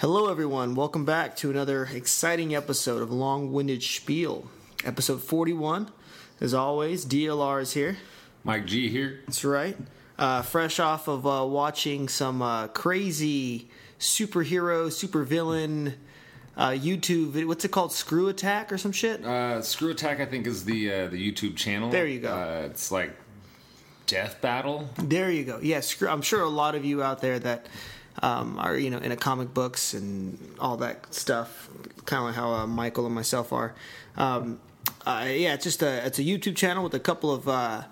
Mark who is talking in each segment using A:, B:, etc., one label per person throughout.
A: Hello, everyone. Welcome back to another exciting episode of Long Winded Spiel, episode 41. As always, DLR is here.
B: Mike G here.
A: That's right. Uh, fresh off of uh, watching some uh, crazy superhero, supervillain uh, YouTube video. What's it called? Screw Attack or some shit?
B: Uh, Screw Attack, I think, is the uh, the YouTube channel.
A: There you go.
B: Uh, it's like death battle.
A: There you go. Yeah, screw, I'm sure a lot of you out there that um, are you know into comic books and all that stuff, kind of like how uh, Michael and myself are. Um, uh, yeah, it's just a it's a YouTube channel with a couple of uh,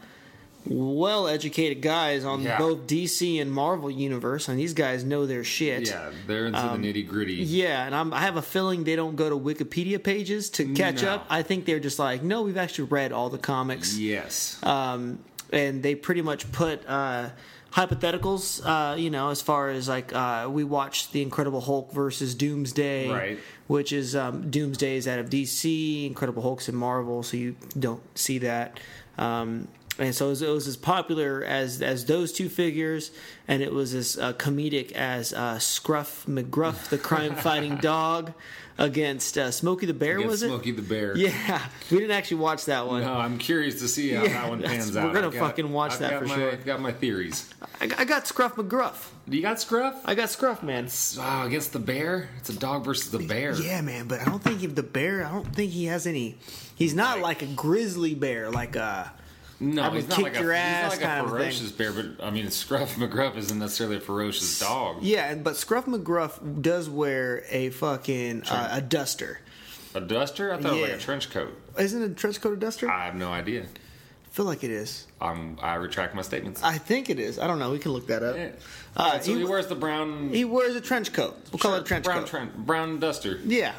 A: well educated guys on
B: Yeah.
A: both DC and Marvel universe, and these guys know their shit.
B: Yeah, they're into
A: um,
B: the nitty gritty.
A: Yeah, and I'm, I have a feeling they don't go to Wikipedia pages to catch
B: No.
A: up. I think they're just like, no, we've actually read all the comics
B: Yes.
A: um, and they pretty much put uh, hypotheticals, uh, you know, as far as like uh, we watched the Incredible Hulk versus Doomsday,
B: Right.
A: Which is um, Doomsday is out of DC, Incredible Hulk's in Marvel, so you don't see that. Um, and so it was, it was as popular as as those two figures, and it was as uh, comedic as uh, Scruff McGruff, the crime fighting dog, against uh, Smokey the Bear.
B: Get
A: was
B: Smokey the Bear.
A: it? Yeah, we didn't actually watch that one.
B: No, I'm curious to see how
A: Yeah,
B: that one
A: that's-
B: pans
A: we're
B: out.
A: gonna
B: I've got-
A: fucking watch
B: I've
A: that
B: got
A: for
B: my,
A: sure.
B: I've got my theories.
A: I, I got Scruff McGruff.
B: You got Scruff?
A: I got Scruff, man.
B: Wow, against the bear? It's a dog versus the bear.
A: Yeah, man, but I don't think if the bear, I don't think he has any. He's not like a grizzly bear, like a.
B: No,
A: I would
B: he's not
A: kick
B: like a,
A: your
B: he's not
A: ass
B: like
A: kind
B: a
A: of thing.
B: ferocious bear, but I mean, Scruff McGruff isn't necessarily a ferocious dog.
A: Yeah, and- but Scruff McGruff does wear a fucking uh, a duster.
B: A duster? I thought it was like
A: Yeah.
B: a trench coat.
A: Isn't it a trench coat a duster? I
B: I have no idea.
A: feel like it is.
B: Um, I retract my statements.
A: I think it is. I don't know. We can look that up.
B: Yeah.
A: Uh,
B: Alright, so
A: he-
B: he, wears the brown.
A: He wears a trench coat. We'll call it a trench
B: brown
A: coat.
B: tren- brown duster.
A: Yeah.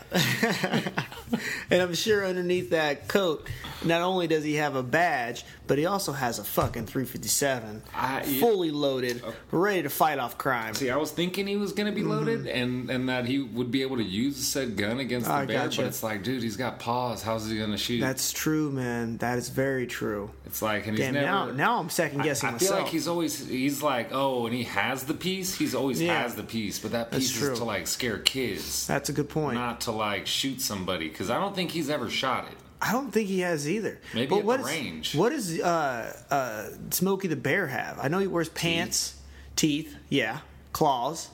A: and I'm sure underneath that coat, not only does he have a badge, but he also has a fucking 357.
B: I- you-
A: fully loaded, ready to fight off crime.
B: See, I was thinking he was going
A: Mm-hmm.
B: to be loaded, and and that he would be able to use said gun against the
A: I
B: bear.
A: gotcha.
B: But it's like, dude, he's got paws. How's he going to shoot?
A: That's true, man. That is very true.
B: it's like, and he's
A: Damn,
B: never.
A: now, now I'm second guessing
B: I feel
A: myself.
B: like he's always he's like, oh, and he has the piece. He's always
A: Yeah.
B: has the piece, but that
A: That's
B: piece
A: true.
B: is to like scare kids,
A: That's a good point.
B: not to like shoot somebody. Because I don't think he's ever shot it.
A: I don't think he has either.
B: Maybe
A: but
B: at
A: what
B: the
A: is-
B: range.
A: What does uh, uh, Smokey the Bear have? I know he wears pants, teeth, yeah, claws.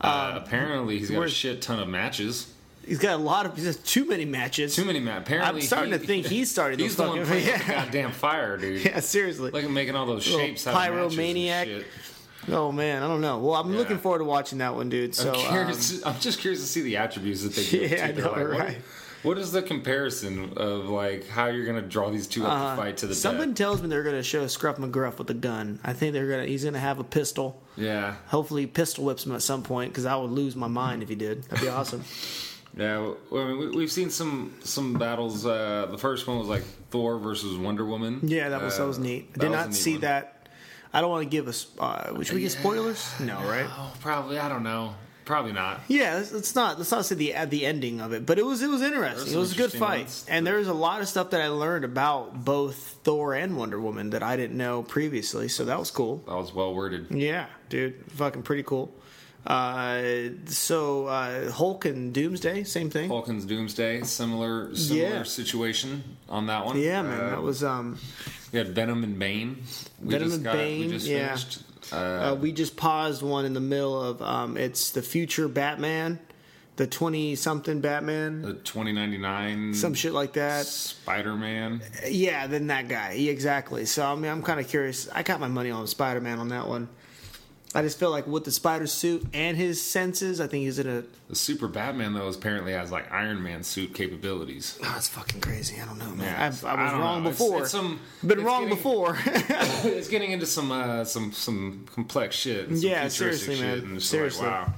B: Uh, apparently, he's got a
A: Um, where's-
B: shit ton of matches.
A: He's got a lot of, he's got too many matches.
B: Too many matches. Apparently,
A: I'm starting
B: he-
A: to think he started
B: He's
A: those
B: the one
A: fucking.
B: playing with the
A: Yeah.
B: goddamn fire, dude.
A: yeah, seriously.
B: Look at making all those
A: Little
B: shapes out of matches and
A: pyromaniac.
B: shit.
A: oh man, I don't know. Well, I'm
B: Yeah.
A: looking forward to watching that one, dude. So
B: I'm,
A: um,
B: curious, I'm just curious to see the attributes that they give.
A: Yeah, I
B: to. They're
A: know,
B: like, what-
A: right.
B: what is the comparison of like how you're gonna draw these two up
A: Uh,
B: to fight to the
A: someone
B: death?
A: tells me they're gonna show Scruff McGruff with a gun. I think they're gonna. He's gonna have a pistol.
B: Yeah,
A: Hopefully, he pistol whips him at some point because I would lose my mind if he did. That'd be awesome.
B: yeah. Well, I mean, we, we've seen some some battles. Uh, the first one was like Thor versus Wonder Woman.
A: Yeah, that was that was
B: Uh,
A: neat. I
B: that
A: did
B: was a
A: not
B: neat
A: see
B: one.
A: that. I don't want to give us. Uh, should we get
B: Yeah.
A: spoilers? No, right?
B: Oh, probably. I don't know. Probably not.
A: Yeah, let's, let's not let's not say the uh, the ending of it, but it was it was interesting.
B: some
A: It was a good
B: interesting
A: fight,
B: ones.
A: and there was a lot of stuff that I learned about both Thor and Wonder Woman that I didn't know previously. So that was cool.
B: That was well worded.
A: Yeah, dude, fucking pretty cool. Uh, so uh, Hulk and Doomsday, same thing.
B: Vulcan's Doomsday, similar similar
A: Yeah.
B: situation on that one.
A: Yeah, man,
B: Uh,
A: that was um.
B: We had Venom and Bane. We
A: Venom
B: just
A: and
B: got,
A: Bane,
B: We just
A: yeah.
B: finished. Uh,
A: Uh, we just paused one in the middle of um. It's the future Batman, the twenty something Batman,
B: the 2099
A: some shit like that.
B: Spider-Man.
A: Yeah, then that guy. Yeah, exactly. So I mean, I'm kind of curious. I got my money on Spider Man on that one. I just feel like with the spider suit and his senses, I think he's in a.
B: The Super Batman though apparently has like Iron Man suit capabilities.
A: Oh, it's fucking crazy. I don't know, man.
B: Yeah,
A: I, I was
B: don't
A: wrong
B: know. It's-
A: before.
B: it's some-
A: Been
B: it's
A: wrong
B: getting-
A: before.
B: it's getting into some uh, some some complex shit. and some
A: Yeah,
B: futuristic
A: seriously, man.
B: shit, and it's
A: Seriously.
B: Like, wow.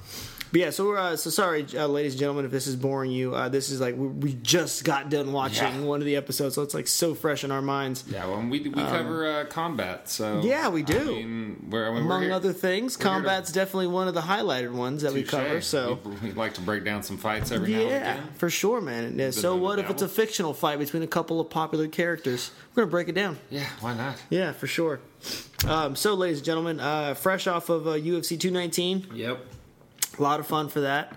A: But yeah, so we're uh, so sorry, uh, ladies and gentlemen, if this is boring you. Uh, this is like we, we just got done watching
B: Yeah.
A: one of the episodes, so it's like so fresh in our minds.
B: Yeah, well, we we cover uh, combat, so
A: Um, Yeah, we do.
B: I mean, we're, I mean, we're
A: Among
B: here-
A: other things,
B: here to-
A: combat's definitely one of the highlighted ones that we
B: touche.
A: cover. So
B: we, we like to break down some fights every now and
A: Yeah,
B: again.
A: for sure, man. Yeah, so
B: bit of
A: what
B: a
A: if it's a
B: dabble.
A: fictional fight between a couple of popular characters? We're gonna break it down.
B: Yeah, why not?
A: Yeah, for sure. Um, so, ladies and gentlemen, uh, fresh off of uh, UFC 219,
B: Yep.
A: a lot of fun for that.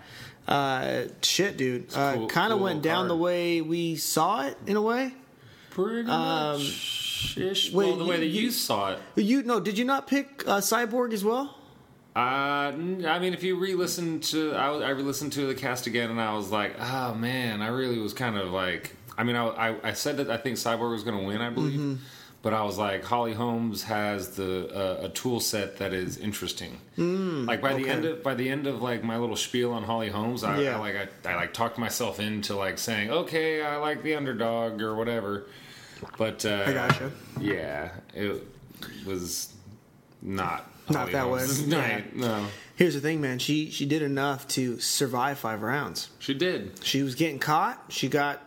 A: Uh, shit, dude. Uh,
B: cool-
A: kind of
B: cool
A: went down
B: card.
A: the way we saw it in a way.
B: Pretty much. Ish.
A: wait,
B: well, the way
A: you-
B: that Um, you,
A: you-
B: saw it.
A: You no, did you not pick uh, Cyborg as well?
B: Uh, n- I mean, if you re-listen to, I, was- I re-listened to the cast again, and I was like, oh man, I really was kind of like, I mean, I, I, I said that I think Cyborg was going to win, I believe, but I was like, Holly Holmes has the uh, a tool set that is interesting. Mm, like by the end of by the end of like my little spiel on Holly Holmes, I,
A: Yeah.
B: I like I, I like talked myself into like saying, okay, I like the underdog or whatever, but uh,
A: I gotcha.
B: Yeah, it was not.
A: Not
B: Holly
A: that way.
B: Holmes' night, No,
A: Here's the thing, man. She she did enough to survive five rounds.
B: she did.
A: She was getting caught. She got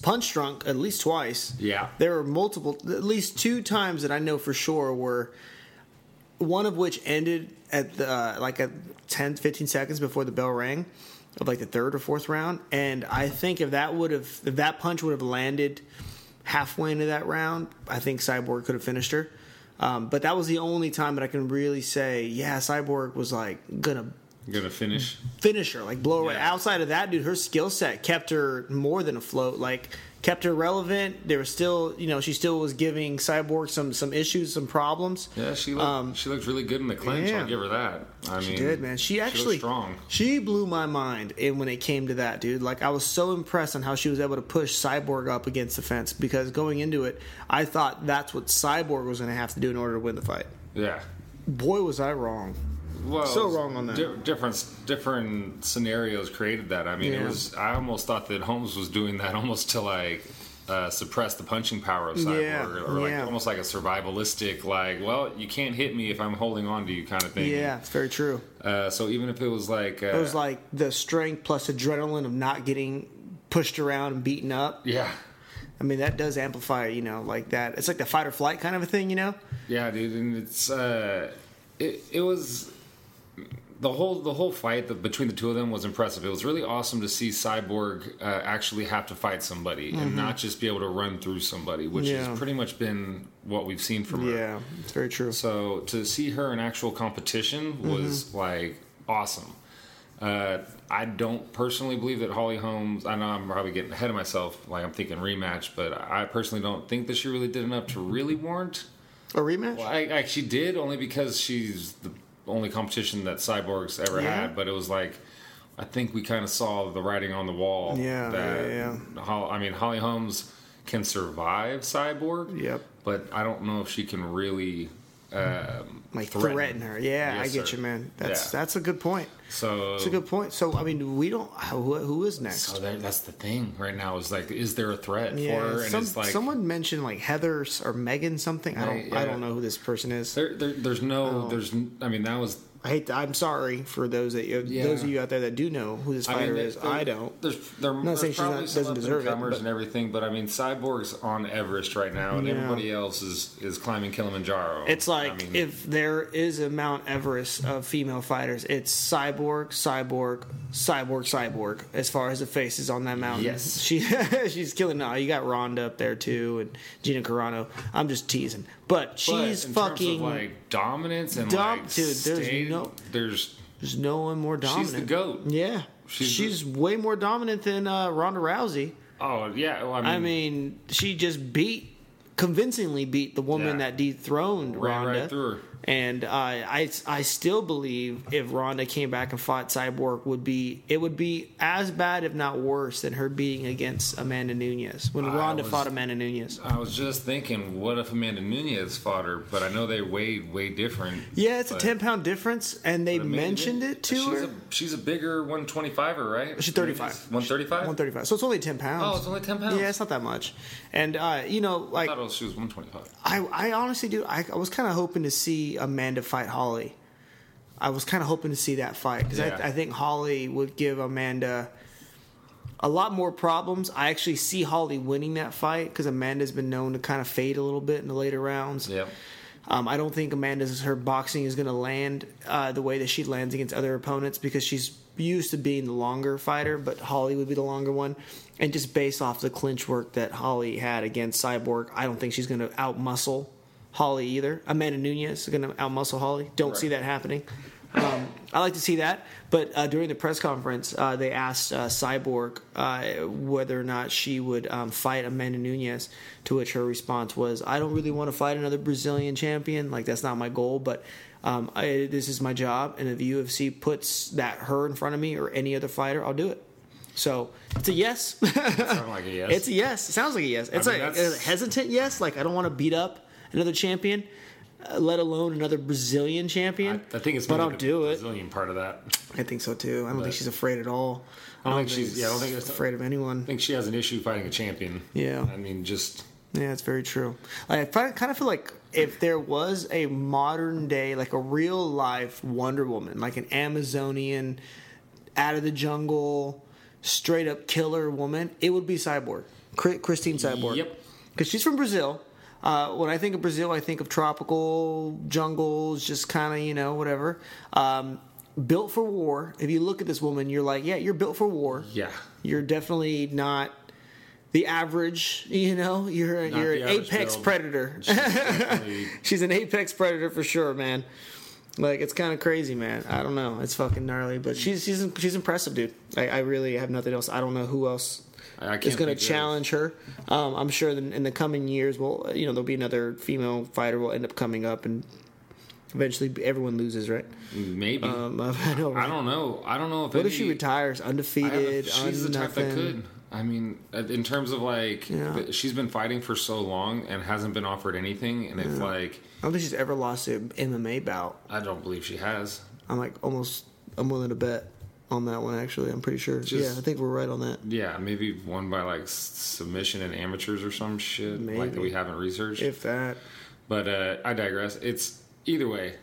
A: punch drunk at least twice.
B: Yeah.
A: There were multiple, at least two times that I know for sure were, one of which ended at the, uh, like at 10, 15 seconds before the bell rang of like the third or fourth round. And I think if that would have, if that punch would have landed halfway into that round, I think Cyborg could have finished her. Um, but that was the only time that I can really say, yeah, Cyborg was like gonna
B: Gonna finish.
A: finisher, like blow away.
B: Yeah.
A: Outside of that, dude, her skill set kept her more than afloat. Like kept her relevant. There was still, you know, she still was giving Cyborg some some issues, some problems.
B: Yeah, she looked,
A: Um,
B: she looked really good in the clinch.
A: yeah.
B: I'll give her that. I
A: She
B: mean,
A: did, man. She
B: looked
A: actually
B: strong.
A: She blew my mind in, when it came to that, dude. Like I was so impressed on how she was able to push Cyborg up against the fence because going into it, I thought that's what Cyborg was going to have to do in order to win the fight.
B: Yeah.
A: Boy, was I wrong.
B: Well,
A: So wrong on that.
B: Di- different different scenarios created that. I mean,
A: Yeah.
B: it was. I almost thought that Holmes was doing that almost to like. Uh, suppress the punching power of cyborg,
A: Yeah,
B: or like
A: yeah.
B: almost like a survivalistic, like, well, you can't hit me if I'm holding on to you kind of thing.
A: Yeah, it's very true.
B: Uh, so even if it was like, uh,
A: It was like the strength plus adrenaline of not getting pushed around and beaten up.
B: yeah,
A: I mean, that does amplify, you know, like that. It's like the fight or flight kind of a thing, you know?
B: yeah, dude, and it's uh, it, it was the whole the whole fight that between the two of them was impressive. It was really awesome to see Cyborg uh, actually have to fight somebody and not just be able to run through somebody, which
A: Mm-hmm. Yeah.
B: has pretty much been what we've seen from her.
A: Yeah, it's very true.
B: So to see her in actual competition was
A: Mm-hmm.
B: like awesome. Uh, I don't personally believe that Holly Holmes. I know I'm probably getting ahead of myself. Like I'm thinking rematch, but I personally don't think that she really did enough to really warrant.
A: A rematch?
B: Well, I, I she did only because she's the only competition that Cyborg's ever
A: Yeah.
B: had. But it was like I think we kind of saw the writing on the wall.
A: Yeah,
B: that
A: yeah,
B: Hol- I mean Holly Holmes can survive Cyborg.
A: Yep.
B: But I don't know if she can really. Um,
A: Like
B: threaten.
A: threaten, her. Yeah,
B: Yes,
A: I get
B: sir.
A: you, man. That's
B: Yeah.
A: that's a good point.
B: so
A: It's a good point. So, I mean, we don't. Who, who is next?
B: So that, that's the thing right now is like, is there a threat
A: yeah,
B: for her? And
A: some-
B: it's like
A: someone mentioned like Heather or Megan something. I don't.
B: Yeah.
A: I don't know who this person is.
B: there, there, there's
A: Oh.
B: no, there's, n- I mean, that was.
A: I hate. To, I'm sorry for those that you,
B: Yeah.
A: those of you out there that do know who this
B: I
A: fighter
B: mean,
A: is.
B: there-
A: I don't.
B: There's, there,
A: not
B: there's
A: saying she's
B: probably
A: not-
B: some
A: doesn't deserve it,
B: up-and-comers
A: but-
B: and everything, but I mean, Cyborg's on Everest right now, and
A: Yeah.
B: everybody else is is climbing Kilimanjaro.
A: It's like
B: I mean,
A: if there is a Mount Everest of female fighters, it's cyborg, cyborg, cyborg, cyborg. As far as the faces on that mountain,
B: Yes.
A: she she's killing. No, you got Ronda up there too, and Gina Carano. I'm just teasing, but
B: but
A: she's
B: in terms of,
A: fucking.
B: like dominance and
A: Dom-
B: like
A: dude, there's
B: staying-
A: no-
B: there's
A: there's no one more dominant.
B: she's the goat.
A: Yeah, she's,
B: She's the-
A: way more dominant than uh, Ronda Rousey.
B: Oh yeah, well, I mean,
A: I mean, she just beat, convincingly beat the woman
B: Yeah.
A: that dethroned
B: ran
A: Ronda.
B: right through her.
A: And uh, I, I still believe if Ronda came back and fought Cyborg, would be it would be as bad, if not worse, than her beating against Amanda Nunez when
B: I
A: Ronda
B: was-
A: fought Amanda Nunez.
B: I was just thinking, what if Amanda Nunez fought her? But I know they weighed way different.
A: Yeah, it's a
B: but-
A: ten pound difference, and they
B: but Amanda
A: mentioned
B: Nunez-
A: it to
B: she's
A: her.
B: A, she's a bigger 125er, right?
A: She's 35.
B: One thirty-five.
A: One thirty five, so it's only ten pounds.
B: Oh, it's only 10 pounds?
A: Yeah, it's not that much. And uh, you know,
B: I
A: like
B: thought it was, she was one twenty-five.
A: I, I honestly do. I, I was kind of hoping to see Amanda fight Holly. I was kind of hoping to see that fight because
B: Yeah.
A: I, I think Holly would give Amanda a lot more problems. I actually see Holly winning that fight because Amanda's been known to kind of fade a little bit in the later rounds.
B: Yep.
A: Um, I don't think Amanda's her boxing is going to land uh, the way that she lands against other opponents because she's used to being the longer fighter, but Holly would be the longer one. And just based off the clinch work that Holly had against Cyborg, I don't think she's going to outmuscle Holly either. Amanda Nunez is going to outmuscle Holly. Don't see
B: Right.
A: that happening. Um, I like to see that. But uh, during the press conference, uh, they asked uh, Cyborg uh, whether or not she would um, fight Amanda Nunez, to which her response was, "I don't really want to fight another Brazilian champion. Like that's not my goal, but." Um, I, this is my job, and if UFC puts that her in front of me or any other fighter, I'll do it. So it's a yes.
B: Sound like a yes.
A: It's a yes. It sounds like a yes. It's
B: mean,
A: a,
B: that's-
A: a hesitant yes. Like I don't want to beat up another champion, uh, let alone another Brazilian champion.
B: I think it's
A: but
B: mainly
A: I'll
B: the
A: do it.
B: Brazilian part of that.
A: I think so too. I don't think she's afraid at all.
B: I don't think she's. Yeah, I don't think it's.
A: afraid of anyone.
B: I think she has an issue fighting a champion.
A: Yeah.
B: I mean, just
A: Yeah, it's very true. Like, I fi- kind of feel like if there was a modern day, like a real life Wonder Woman, like an Amazonian, out of the jungle, straight up killer woman, it would be Cyborg, Chri- Christine Cyborg.
B: Yep.
A: because she's from Brazil. Uh, when I think of Brazil, I think of tropical jungles, just kind of you know whatever. Um, built for war. If you look at this woman, you're like, yeah, you're built for war.
B: yeah.
A: You're definitely not the average. You know, you're
B: Not
A: you're
B: the
A: an
B: average
A: apex
B: build.
A: predator.
B: She's definitely-
A: She's an apex predator for sure, man. Like it's kind of crazy, man. I don't know. It's fucking gnarly, but she's she's she's impressive, dude. I, I really have nothing else. I don't know who else
B: I- I can't
A: is going to
B: think of.
A: challenge her. Um, I'm sure that in the coming years, well, you know, there'll be another female fighter will end up coming up, and eventually everyone loses, right?
B: maybe.
A: Um, I know.
B: I
A: Right?
B: don't know. I don't know if.
A: What if she retires undefeated?
B: she's the type that
A: unnothing?
B: could. I mean, uh, in terms of like,
A: Yeah.
B: th- she's been fighting for so long and hasn't been offered anything, and it's like
A: I don't think she's ever lost an MMA bout.
B: I don't believe she has.
A: I'm like almost. I'm willing to bet on that one. Actually, I'm pretty sure.
B: Just-
A: yeah, I think we're right on that.
B: Yeah, maybe won by like s- submission and amateurs or some shit like
A: Maybe.
B: that we haven't researched.
A: If that.
B: But uh, I digress. It's either way.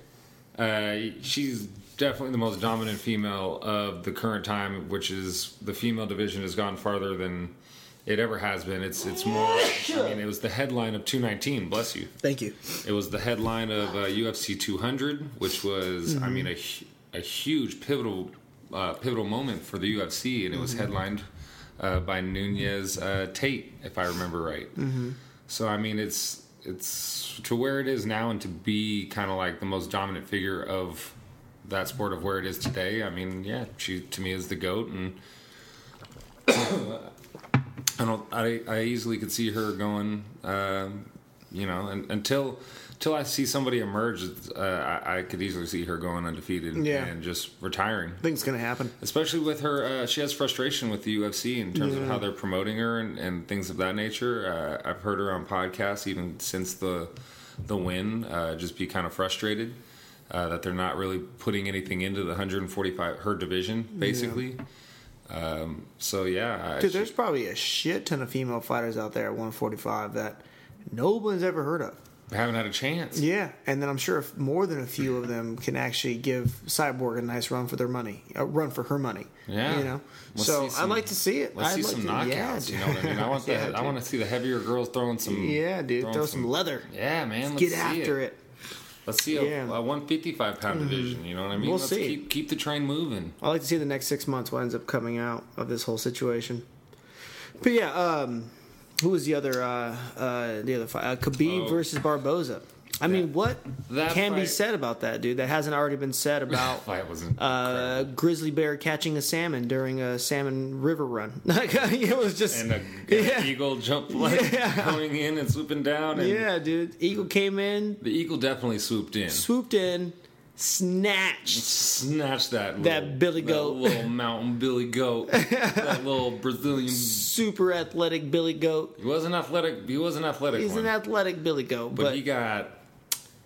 B: Uh, she's definitely the most dominant female of the current time, which is the female division has gone farther than it ever has been. It's it's more. I mean, it was the headline of 219. Bless you.
A: Thank you.
B: It was the headline of uh, UFC 200, which was I mean a hu- a huge pivotal uh, pivotal moment for the UFC, and it was headlined uh, by Nunez uh, Tate, if I remember right. So I mean, it's it's to where it is now, and to be kind of like the most dominant figure of that sport of where it is today. I mean, yeah, she to me is the goat, and I don't. I I easily could see her going. Um, you know, and, until until I see somebody emerge, uh, I, I could easily see her going undefeated
A: Yeah.
B: and just retiring
A: I think it's gonna happen.
B: especially with her uh, she has frustration with the ufc in terms of how they're promoting her and, and things of that nature uh, i've heard her on podcasts even since the the win uh, just be kind of frustrated uh, that they're not really putting anything into the 145 her division basically um, so yeah I-
A: Dude,
B: she-
A: there's probably a shit ton of female fighters out there at 145 that no one's ever heard of.
B: haven't had a chance
A: Yeah, and then I'm sure if more than a few of them can actually give Cyborg a nice run for their money, a run for her money.
B: Yeah.
A: you know.
B: Let's
A: so
B: see some-
A: I'd like to see it.
B: Let's
A: I'd
B: see
A: like
B: some
A: to-
B: knockouts. you know what I mean? I want
A: Yeah,
B: that. I
A: dude.
B: want to see the heavier girls throwing some.
A: Yeah, dude,
B: throwing
A: throw some, leather.
B: Yeah, man. Let's
A: Get
B: see
A: after it.
B: Let's see a,
A: Yeah. Hmm.
B: a 155 pound division. You know what I mean?
A: We'll
B: Let's
A: see.
B: Keep, keep the train moving.
A: I'd like to see the next six months what ends up coming out of this whole situation. But yeah, um, who was the other? Uh, uh, the other fight? Uh, Khabib
B: Oh.
A: versus Barboza. I mean, what
B: That
A: can be
B: fight-
A: said about that, dude? That hasn't already been said about
B: Fight wasn't.
A: uh, grizzly bear catching a salmon during a salmon river run. Like it was just
B: and a
A: yeah,
B: eagle jump like
A: Yeah.
B: going in and swooping down. And
A: yeah, dude. Eagle came in,
B: The eagle definitely swooped in.
A: swooped in, snatched.
B: Snatched that
A: That
B: little,
A: billy
B: that
A: goat.
B: little mountain billy goat, that little Brazilian.
A: Super athletic Billy Goat.
B: He wasn't athletic. He was an athletic
A: He's
B: one,
A: an athletic Billy Goat,
B: but
A: but,
B: he got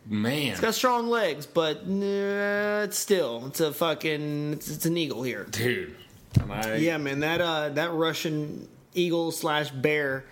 B: man.
A: got strong legs. But uh, it's still it's a fucking it's, it's an eagle here.
B: dude. And I,
A: Yeah, man, that uh, that Russian eagle slash bear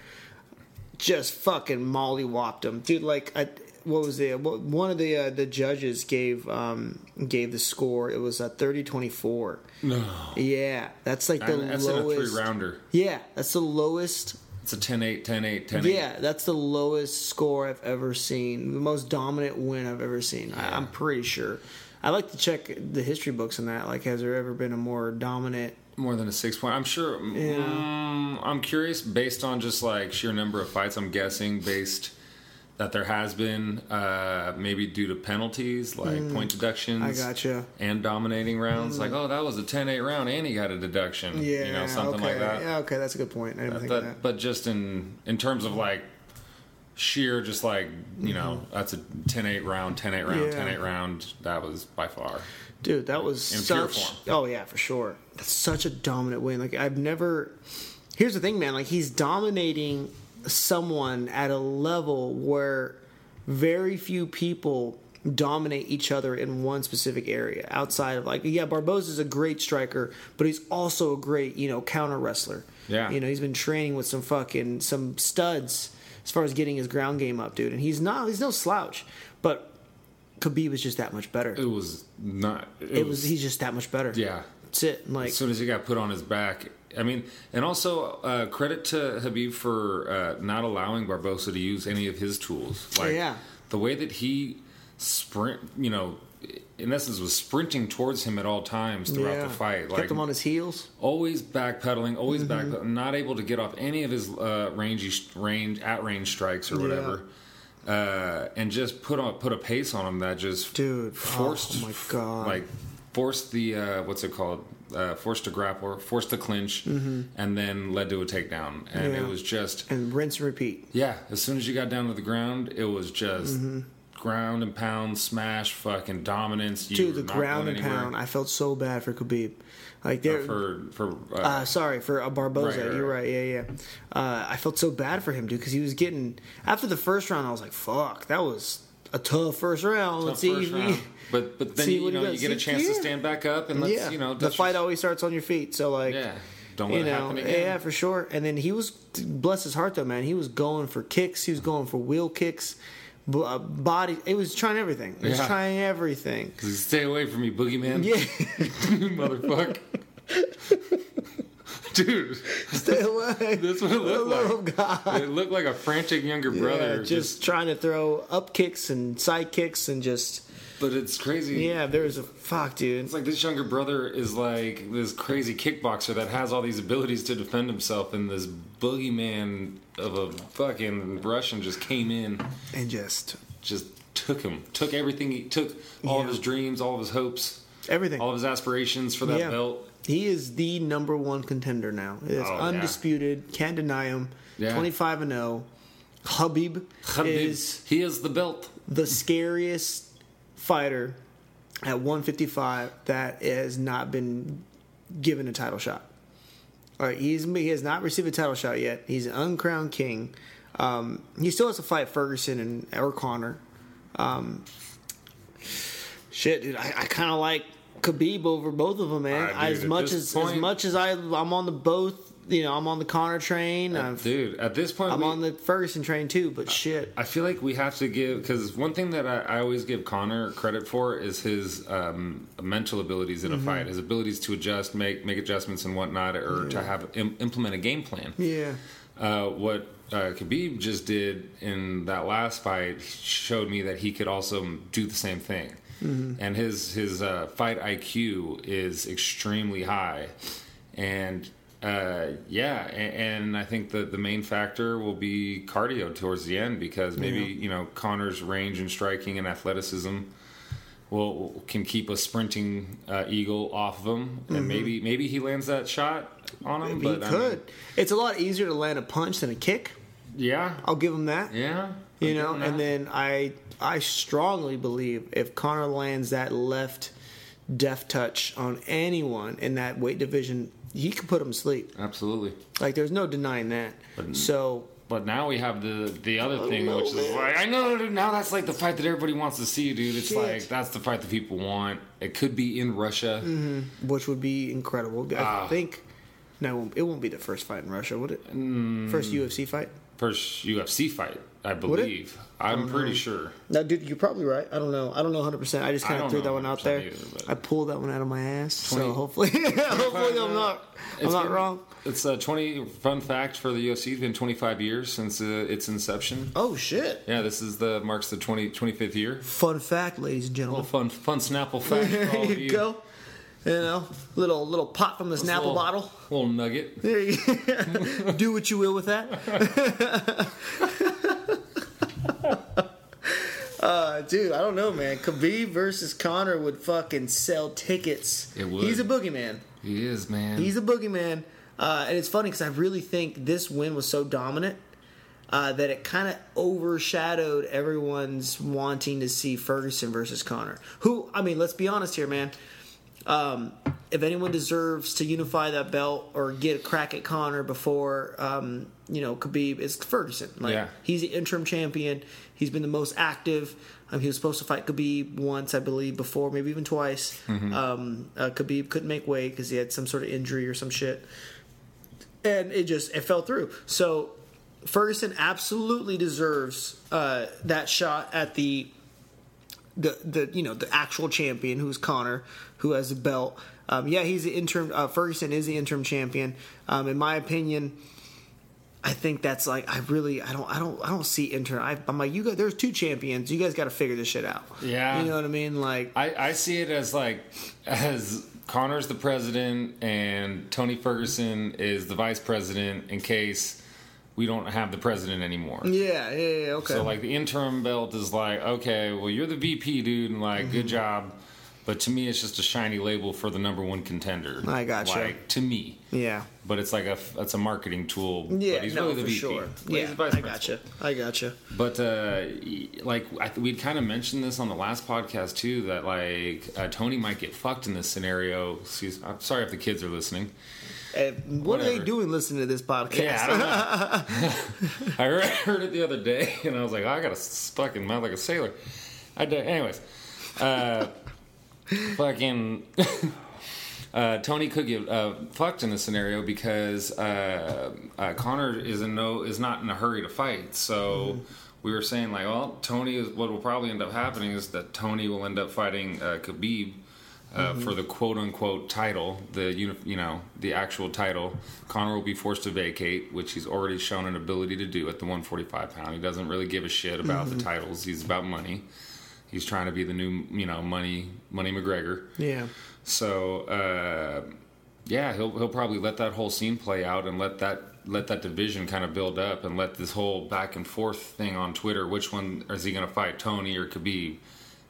A: just fucking mollywopped him, dude. Like, I, what was it? What, one of the uh, the judges gave um gave the score. It was a uh, 30-24.
B: no,
A: Yeah, that's like the
B: And that's in a
A: lowest.
B: three rounder.
A: Yeah, that's the lowest.
B: It's a 10-8, 10-8, 10-8.
A: Yeah, that's the lowest score I've ever seen. The most dominant win I've ever seen. I, I'm pretty sure. I like to check the history books on that. Like, has there ever been a more dominant?
B: more than a six point. I'm sure. mm, I'm curious, based on just like sheer number of fights. I'm guessing based that there has been, uh, maybe due to penalties like point deductions.
A: Mm, I gotcha. Mm.
B: And dominating rounds, like oh, that was a 10-8 round, and he got a deduction.
A: Yeah,
B: you know, something
A: okay.
B: like that.
A: Yeah, okay, that's a good point. I didn't think
B: but,
A: of that.
B: but just in in terms of like sheer just like you know that's a 10-8 round 10-8 round
A: Mm-hmm. Yeah.
B: 10-8 round that was by far
A: Dude, that was
B: In pure
A: such.
B: form.
A: Oh yeah, for sure. That's such a dominant win. Like I've never. Here's the thing, man. Like he's dominating someone at a level where very few people dominate each other in one specific area outside of like yeah Barboza's a great striker but he's also a great you know counter wrestler
B: Yeah.
A: you know he's been training with some fucking some studs as far as getting his ground game up dude and he's not he's no slouch but Khabib is just that much better
B: it was not it,
A: it
B: was,
A: was he's just that much better.
B: yeah
A: That's it. Like
B: as soon as he got put on his back i mean and also uh, credit to habib for uh, not allowing barbosa to use any of his tools like
A: yeah.
B: the way that he sprint you know in essence was sprinting towards him at all times throughout
A: yeah.
B: the fight
A: kept him on his heels.
B: always backpedaling, always
A: Mm-hmm.
B: backpedaling, not able to get off any of his uh, rangy range at range strikes or whatever, uh, and just put on put a pace on him that just
A: Dude,
B: forced
A: oh my God.
B: like forced the uh, what's it called uh, forced to grapple, forced the clinch, and then led to a takedown, and
A: Mm-hmm. Yeah.
B: it was just
A: And rinse and repeat.
B: yeah. As soon as you got down to the ground, it was just.
A: Mm-hmm.
B: Ground and pound, smash, fucking dominance. You
A: Dude,
B: were
A: the
B: not
A: ground
B: going
A: and
B: anywhere.
A: pound. I felt so bad for Khabib. Like there
B: for for uh,
A: uh, sorry for uh, Barboza.
B: Right, right,
A: You're right. Yeah, yeah. Uh, I felt so bad for him, dude, because he was getting after the first round. I was like, "Fuck, that was a tough first round."
B: the
A: Let's see,
B: first
A: if
B: round.
A: he-
B: But but then
A: see
B: you
A: what he
B: know you
A: does.
B: get a
A: See,
B: chance to
A: yeah.
B: stand back up and let's
A: yeah,
B: you know
A: the
B: dust
A: fight
B: your-
A: always starts on your feet. So like,
B: Yeah, don't let
A: you
B: it
A: know,
B: happen again.
A: yeah, for sure. And then he was, bless his heart though, man. He was going for kicks. He was going for wheel kicks, b- uh, body. It was trying everything. It was
B: Yeah.
A: trying everything.
B: Stay away from me, boogeyman.
A: Yeah,
B: motherfucker. Dude,
A: stay away.
B: that's what it
A: Oh
B: looked
A: God.
B: like. It looked like a frantic younger
A: Yeah,
B: brother.
A: just,
B: just,
A: trying to throw up kicks and side kicks and just
B: but it's crazy.
A: yeah. There was a fuck, dude.
B: It's like this younger brother is like this crazy kickboxer that has all these abilities to defend himself, and this boogeyman of a fucking Russian just came in.
A: And just
B: just took him, took everything, he took all of
A: Yeah.
B: his dreams, all of his hopes,
A: everything.
B: all of his aspirations for that
A: Yeah.
B: belt.
A: He is the number one contender now. It's
B: Oh, yeah.
A: undisputed. Can't deny him.
B: Yeah.
A: Twenty five and zero. Habib, is
B: he is the belt?
A: the scariest fighter at one fifty five that has not been given a title shot. All right, he's he has not received a title shot yet. He's an uncrowned king. Um, he still has to fight Ferguson and or Connor. Um, Shit, dude, I, I kind of like Khabib over both of them, man.
B: Ah, dude,
A: as
B: at
A: much
B: this
A: as as
B: point-
A: much as I, I'm on the both. You know, I'm on the Connor train. i
B: Dude, at this point,
A: I'm
B: we-
A: on the Ferguson train too. But shit,
B: I feel like we have to give because one thing that I, I always give Connor credit for is his um, mental abilities in a
A: Mm-hmm.
B: fight, his abilities to adjust, make make adjustments and whatnot, or to have Im- implement a game plan.
A: yeah,
B: Uh, what uh, Khabib just did in that last fight showed me that he could also do the same thing.
A: Mm-hmm.
B: And his his uh, fight IQ is extremely high, and uh, yeah, and, and I think that the main factor will be cardio towards the end because maybe
A: Yeah.
B: you know Connor's range and striking and athleticism will can keep a sprinting uh, eagle off of him, and maybe maybe he lands that shot on him.
A: Mm-hmm. he
B: but I mean,
A: could. it's a lot easier to land a punch than a kick.
B: yeah,
A: I'll give him that.
B: Yeah.
A: you
B: I
A: know
B: get that.
A: and then i i strongly believe if connor lands that left death touch on anyone in that weight division he could put him to sleep
B: absolutely.
A: like there's no denying that so
B: But now we have the the other thing, which is like I know dude, now that's like the fight that everybody wants to see, dude. It's
A: Shit.
B: like that's the fight that people want. It could be in Russia.
A: Mm-hmm. which would be incredible i
B: Ah.
A: think no it won't- it won't be the first fight in russia would it
B: Mm.
A: first ufc fight
B: First UFC fight, I believe. I'm pretty sure.
A: Oh, no dude you're probably right i don't know i don't know 100% i just
B: I
A: kind of
B: don't
A: threw
B: know
A: that one out there
B: 100% either, but-
A: i pulled that one out of my ass so
B: 20
A: hopefully hopefully i'm not i'm
B: It's
A: not
B: been-
A: wrong
B: It's a 20 fun fact for the UFC. It's been 25 years since uh, its inception.
A: oh shit
B: Yeah, this is the marks the 20 25th year.
A: fun fact ladies and gentlemen
B: Little fun fun Snapple fact. For all
A: there
B: of
A: you, go. You know, little little pop from the Snapple
B: Little-
A: bottle.
B: Little nugget.
A: There you do what you will with that. Uh, dude, I don't know, man. Khabib versus Connor would fucking sell tickets.
B: It would.
A: He's a boogeyman.
B: He is, man.
A: He's a boogeyman. Uh, and it's funny because I really think this win was so dominant uh, that it kind of overshadowed everyone's wanting to see Ferguson versus Connor. Who, I mean, let's be honest here, man. Um, if anyone deserves to unify that belt or get a crack at Connor before, um, you know, Khabib, it's Ferguson. Like,
B: Yeah.
A: He's the interim champion. He's been the most active. Um, he was supposed to fight Khabib once, I believe, before, maybe even twice. Um, uh, Khabib couldn't make weight because he had some sort of injury or some shit, and it just it fell through. So Ferguson absolutely deserves uh, that shot at the the the you know the actual champion who's Connor, who has a belt. Um, yeah, he's the interim. Uh, Ferguson is the interim champion. Um, in my opinion, I think that's like I really I don't I don't I don't see interim. I, I'm like you guys. There's two champions. You guys got to figure this shit out.
B: Yeah.
A: you know what I mean. Like
B: I, I see it as like as Connor's the president and Tony Ferguson is the vice president in case we don't have the president anymore.
A: yeah, yeah, yeah okay.
B: So like the interim belt is like, okay, well you're the VP dude and like
A: Mm-hmm.
B: good job. But to me it's just a shiny label for the number one contender.
A: I gotcha.
B: Like to me.
A: yeah,
B: But it's like a it's a marketing tool.
A: yeah.
B: but he's
A: no,
B: really the
A: for
B: VP.
A: sure.
B: But he's
A: Yeah,
B: the
A: I
B: vice
A: got
B: principal.
A: gotcha. you. I got gotcha. you.
B: But uh, y- like I th- we'd kind of mentioned this on the last podcast too, that like uh, Tony might get fucked in this scenario. Excuse, I'm sorry if the kids are listening.
A: And what are they
B: Whatever.
A: doing listening to this podcast?
B: Yeah, I don't know. I heard, heard it the other day, and I was like, "Oh, I got a s- fucking mouth like a sailor. I do, anyways. Uh, fucking uh, Tony could get uh, fucked in this scenario because uh, uh, Connor is in no is not in a hurry to fight. So we were saying like, well, Tony is what will probably end up happening is that Tony will end up fighting uh, Khabib. Uh, For the quote unquote title, the uni- you know the actual title, Connor will be forced to vacate, which he's already shown an ability to do at the 145 pound. He doesn't really give a shit about the titles. He's about money. He's trying to be the new you know money money McGregor.
A: Yeah.
B: So uh, yeah, he'll he'll probably let that whole scene play out and let that let that division kind of build up and let this whole back and forth thing on Twitter. Which one is he going to fight, Tony or Khabib?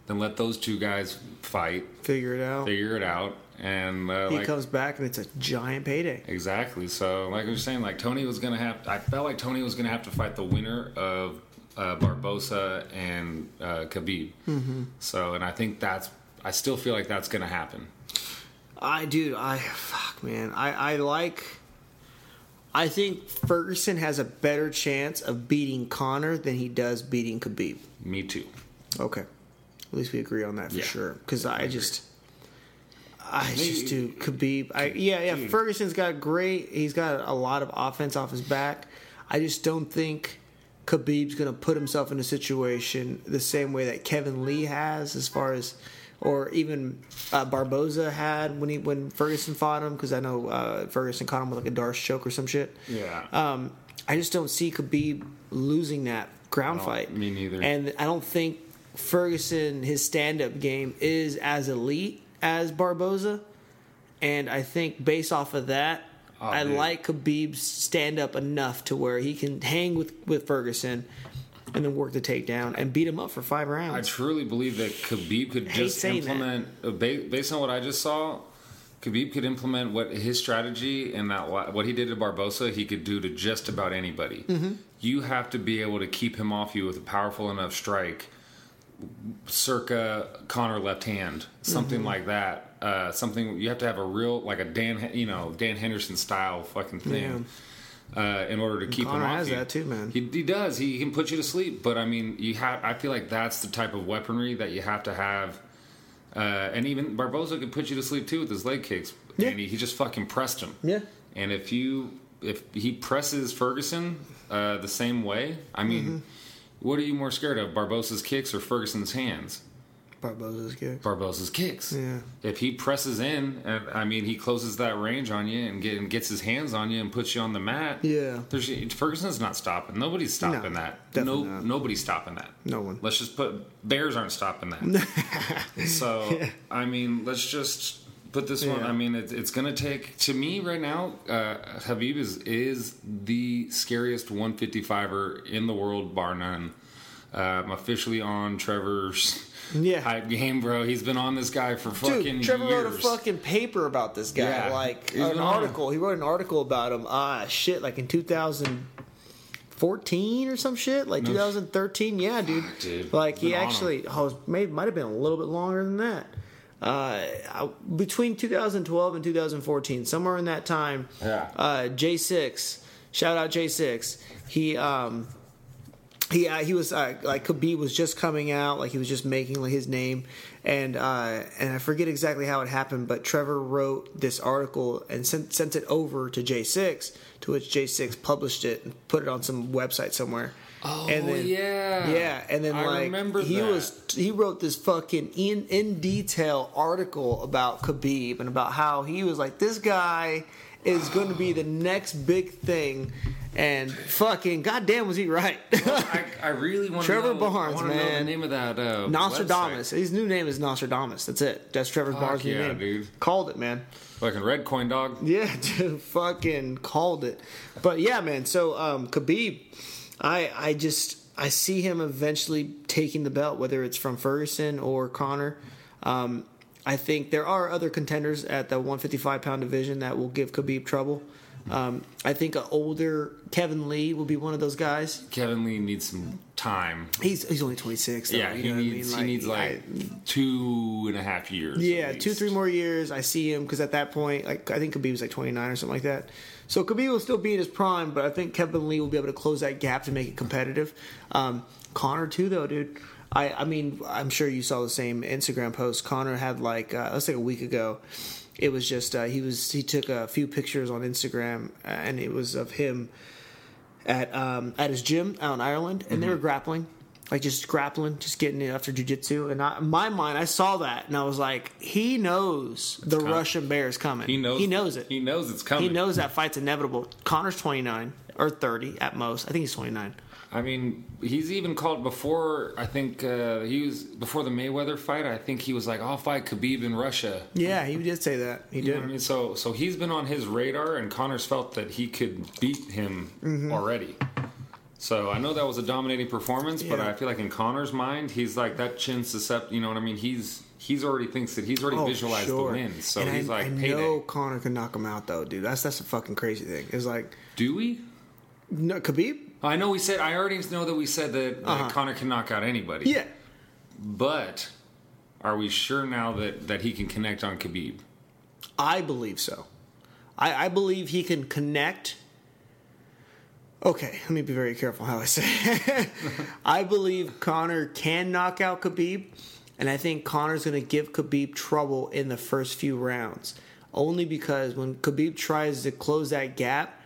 B: Then let those two guys fight,
A: Figure it out.
B: figure it out, and uh,
A: he
B: like,
A: comes back and it's a giant payday.
B: exactly. So like I was saying, like Tony was going to have. I felt like Tony was going to have to fight the winner of. Uh, Barbosa and uh, Khabib. Mm-hmm. So, and I think that's, I still feel like that's going to happen.
A: I dude, I fuck man. I I like I think Ferguson has a better chance of beating Connor than he does beating Khabib.
B: Me too.
A: Okay. At least we agree on that for
B: Yeah.
A: sure. Because I, just I
B: Maybe-
A: just do Khabib. I yeah, yeah,
B: Dude.
A: Ferguson's got great he's got a lot of offense off his back. I just don't think Khabib's gonna put himself in a situation the same way that Kevin Lee has as far as or even uh, Barboza had when he when Ferguson fought him because I know uh, Ferguson caught him with like a Darce choke or some shit.
B: Yeah.
A: Um, I just don't see Khabib losing that ground
B: I don't-
A: fight.
B: me neither.
A: And I don't think Ferguson his stand up game is as elite as Barboza. And I think based off of that,
B: Oh,
A: I
B: dude.
A: like Khabib's stand up enough to where he can hang with with Ferguson and then work the takedown and beat him up for five
B: I
A: rounds.
B: truly believe that Khabib could
A: hate
B: just
A: saying that.
B: implement uh, ba- based on what I just saw. Khabib could implement what his strategy and that la- what he did to Barbosa, he could do to just about anybody.
A: Mm-hmm.
B: You have to be able to keep him off you with a powerful enough strike, circa Connor left hand, something
A: Mm-hmm.
B: like that. Uh, something you have to have a real like a Dan, you know, Dan Henderson style fucking thing. Uh, in order to keep
A: Connor
B: him off
A: has
B: you.
A: that too, man.
B: He, he does. He can put you to sleep. But I mean, you have. I feel like that's the type of weaponry that you have to have. Uh, and even Barboza could put you to sleep too with his leg kicks.
A: Yeah.
B: And he, he just fucking pressed him.
A: Yeah.
B: And if you if he presses Ferguson uh, the same way, I mean,
A: Mm-hmm.
B: what are you more scared of, Barbosa's kicks or Ferguson's hands?
A: Barboza's good.
B: Barbosa's kicks.
A: Yeah.
B: If he presses in, and I mean, he closes that range on you and, get, and gets his hands on you and puts you on the mat.
A: Yeah.
B: There's, Ferguson's not stopping. Nobody's stopping
A: No,
B: that. No,
A: definitely not.
B: nobody's stopping that.
A: No one.
B: Let's just put bears aren't stopping that. so I mean, let's just put this one.
A: Yeah.
B: I mean, it, it's going to take to me right now. Uh, Habib er is is the scariest 155er in the world, bar none. Uh, I'm officially on Trevor's
A: Yeah.
B: hype game, bro. He's been on this guy for fucking
A: Dude, Trevor
B: years.
A: wrote a fucking paper about this guy,
B: Yeah.
A: like
B: He's
A: an
B: been on it.
A: article. He wrote an article about him. Ah, shit, like in 2014 or some shit, like 2013. Yeah, dude.
B: Ah, dude.
A: Like
B: Been
A: he
B: on him.
A: actually, oh, maybe might have been a little bit longer than that. Uh, I- between 2012 and 2014, somewhere in that time.
B: Yeah.
A: Uh, J6, shout out J6. He um he uh, he was uh, like Khabib was just coming out, like he was just making like, his name, and uh, and I forget exactly how it happened, but Trevor wrote this article and sent sent it over to J Six, to which J Six published it and put it on some website somewhere.
B: Oh, yeah.
A: yeah, and then
B: I
A: like
B: remember
A: he
B: that.
A: was he wrote this fucking in in detail article about Khabib and about how he was like this guy is going to be the next big thing, and fucking goddamn was he right.
B: I, I really want
A: Trevor
B: to know,
A: Barnes,
B: I wanna know
A: man.
B: the name of that uh,
A: Nostradamus.
B: website.
A: His new name is Nostradamus. That's it. That's Trevor Barnes' new
B: yeah,
A: name.
B: dude.
A: Called it, man.
B: Fucking Red Coin Dog.
A: Yeah, dude, fucking called it. But yeah, man. So um, Khabib, I I just I see him eventually taking the belt, whether it's from Ferguson or Connor. Um, I think there are other contenders at the 155 pound division that will give Khabib trouble. Um, I think an older Kevin Lee will be one of those guys.
B: Kevin Lee needs some time.
A: He's he's only 26. Though,
B: Yeah,
A: you
B: he
A: know what I
B: needs
A: mean?
B: he needs like
A: I-
B: two and a half years.
A: Yeah,
B: at
A: two,
B: least.
A: three more years. I see him because at that point, like I think Khabib was like 29 or something like that. So Khabib will still be in his prime, but I think Kevin Lee will be able to close that gap to make it competitive. Um, Connor too, though, dude. I, I mean, I'm sure you saw the same Instagram post. Connor had like uh, let's say a week ago. It was just uh, he was he took a few pictures on Instagram, uh, and it was of him at um, at his gym out in Ireland, and
B: Mm-hmm.
A: they were grappling, like just grappling, just getting it after jujitsu. And I, in my mind, I saw that, and I was like, he knows the Russian bear is coming.
B: He knows
A: He knows it.
B: He knows it's
A: He
B: coming.
A: knows that fight's inevitable. Connor's twenty nine or thirty at most. I think he's twenty nine.
B: I mean, he's even called before. I think uh, he was before the Mayweather fight. I think he was like, "I'll fight Khabib in Russia."
A: Yeah, he did say that. He
B: You
A: did.
B: know what I mean? So, so he's been on his radar, and Connors felt that he could beat him
A: Mm-hmm.
B: already. So I know that was a dominating performance, but
A: Yeah.
B: I feel like in Connor's mind, he's like that chin suscept. You know what I mean? He's he's already thinks that he's already
A: Oh,
B: visualized
A: sure.
B: the win. So
A: And
B: he's
A: I,
B: like,
A: I
B: payday.
A: know Connor can knock him out though, dude. That's that's a fucking crazy thing. It's like,
B: Do we?
A: no, Khabib.
B: I know we said. I already know that we said that, that Connor can knock out anybody.
A: Uh-huh. Yeah,
B: But are we sure now that that he can connect on Khabib?
A: I believe so. I, I believe he can connect. Okay, let me be very careful how I say. it. I believe Connor can knock out Khabib, and I think Connor's going to give Khabib trouble in the first few rounds, only because when Khabib tries to close that gap,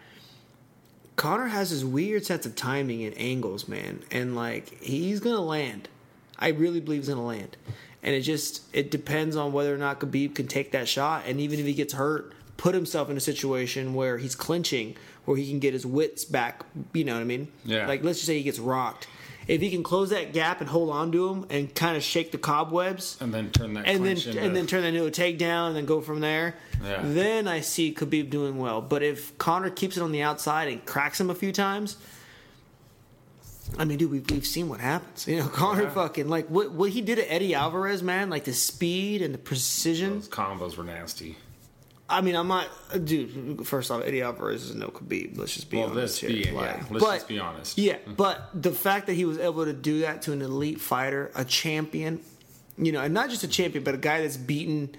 A: Connor has his weird sense of timing and angles, man, and like he's gonna land. I really believe he's gonna land, and it just it depends on whether or not Khabib can take that shot, and even if he gets hurt, put himself in a situation where he's clinching, where he can get his wits back. You know what I mean?
B: Yeah.
A: Like let's just say he gets rocked. If he can close that gap and hold on to him and kind of shake the cobwebs,
B: And then turn that
A: and then
B: clinch into-
A: and then turn that into a takedown and then go from there.
B: Yeah.
A: Then I see Khabib doing well. But if Connor keeps it on the outside and cracks him a few times, I mean, dude, we've, we've seen what happens. You know, Connor
B: Yeah.
A: fucking like what what he did to Eddie Alvarez, man, like the speed and the precision.
B: those combos were nasty.
A: I mean, I'm not, dude. First off, Eddie Alvarez is no Khabib. Let's just be
B: Well,
A: honest
B: let's
A: here.
B: be yeah,
A: Like,
B: let's
A: but-
B: just be honest.
A: yeah, but the fact that he was able to do that to an elite fighter, a champion, you know, and not just a champion, but a guy that's beaten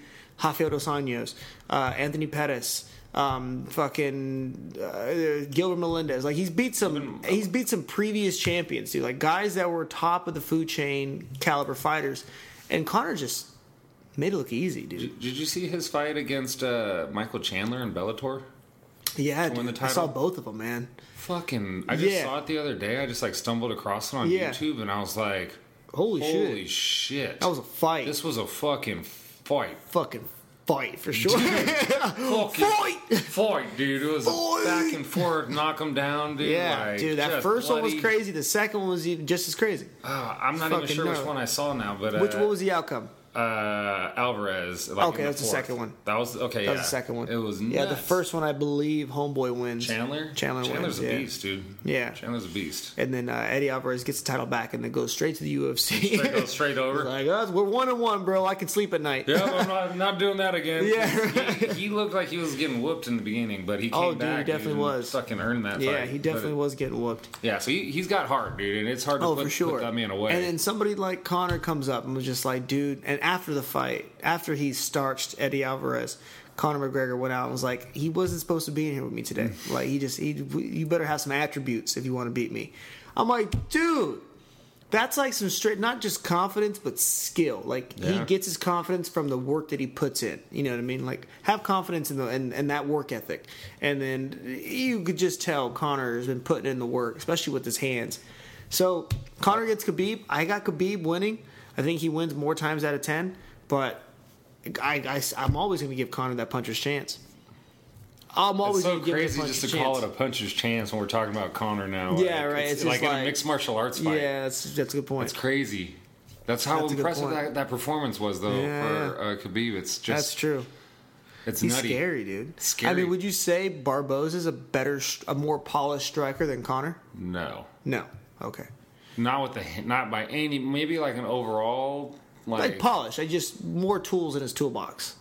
A: Rafael dos Anjos, uh, Anthony Pettis, um, fucking uh, Gilbert Melendez. Like he's beat some, he's beat some previous champions, dude. Like guys that were top of the food chain caliber fighters, and Connor just made it look easy, dude.
B: Did, did you see his fight against uh, Michael Chandler in Bellator?
A: Yeah,
B: win
A: dude,
B: the
A: I saw
B: title?
A: both of them, man.
B: Fucking, I just
A: Yeah.
B: saw it the other day. I just like stumbled across it on
A: Yeah.
B: YouTube, and I was like,
A: Holy,
B: "Holy
A: shit,
B: shit!"
A: that was a fight.
B: this was a fucking fight,
A: fucking fight for sure.
B: fucking
A: Fight!
B: fight, dude. It was
A: Fight!
B: a back and forth, knock him down, dude.
A: Yeah,
B: like,
A: dude, that
B: just
A: first one was
B: bloody-
A: crazy. The second one was even just as crazy.
B: Ah, I'm not even
A: Fucking
B: sure
A: nuts.
B: which one I saw now, but uh,
A: Which what was the outcome?
B: uh, Alvarez. Like
A: Okay,
B: in
A: that's the
B: fourth.
A: second one.
B: That was okay.
A: That was
B: yeah.
A: the second one.
B: It was
A: yeah. The
B: nuts.
A: first one, I believe, Homeboy wins.
B: Chandler.
A: Chandler wins.
B: Chandler's a
A: yeah.
B: beast, dude.
A: Yeah.
B: Chandler's a beast.
A: And then uh, Eddie Alvarez gets the title back and then goes straight to the UFC.
B: Straight, goes straight over.
A: like, oh, we're one and one, bro. I can sleep at night.
B: yeah, I'm not, I'm not doing that again.
A: Yeah,
B: he, he looked like he was getting whooped in the beginning, but he came
A: Oh, dude, he
B: back.
A: definitely
B: and
A: was.
B: fucking earned that.
A: Yeah,
B: fight.
A: he definitely
B: But-
A: was getting whooped.
B: yeah, so he, he's got heart, dude, and it's hard to
A: Oh,
B: put,
A: for sure.
B: put that man away.
A: And then somebody like Connor comes up and was just like, dude. And after the fight, after he starched Eddie Alvarez, Conor McGregor went out and was like, he wasn't supposed to be in here with me today. like, he just, he, you better have some attributes if you want to beat me. I'm like, dude. That's like some straight, not just confidence, but skill. Like he
B: Yeah.
A: gets his confidence from the work that he puts in. You know what I mean? Like have confidence in the in, in that work ethic, and then you could just tell Connor has been putting in the work, especially with his hands. So Connor gets Khabib. I got Khabib winning. I think he wins more times out of ten, but I, I am always going to give Connor that puncher's chance. I'm always
B: it's so
A: gonna give him that
B: crazy
A: puncher's
B: just to
A: chance.
B: call it a puncher's chance when we're talking about Connor now.
A: Yeah,
B: like,
A: right,
B: It's,
A: it's
B: like
A: just
B: in a
A: like-
B: mixed martial arts fight.
A: Yeah, that's that's a good point.
B: It's crazy. That's how
A: That's a good
B: impressive
A: point.
B: that, that performance was, though,
A: Yeah.
B: for uh, Khabib. It's just
A: that's true.
B: It's
A: He's
B: nutty.
A: scary, dude.
B: Scary.
A: I mean, would you say Barboza is a better, st- a more polished striker than Connor?
B: No,
A: No. Okay.
B: not with the not by any. Maybe like an overall, like,
A: Like polished, I just more tools in his toolbox.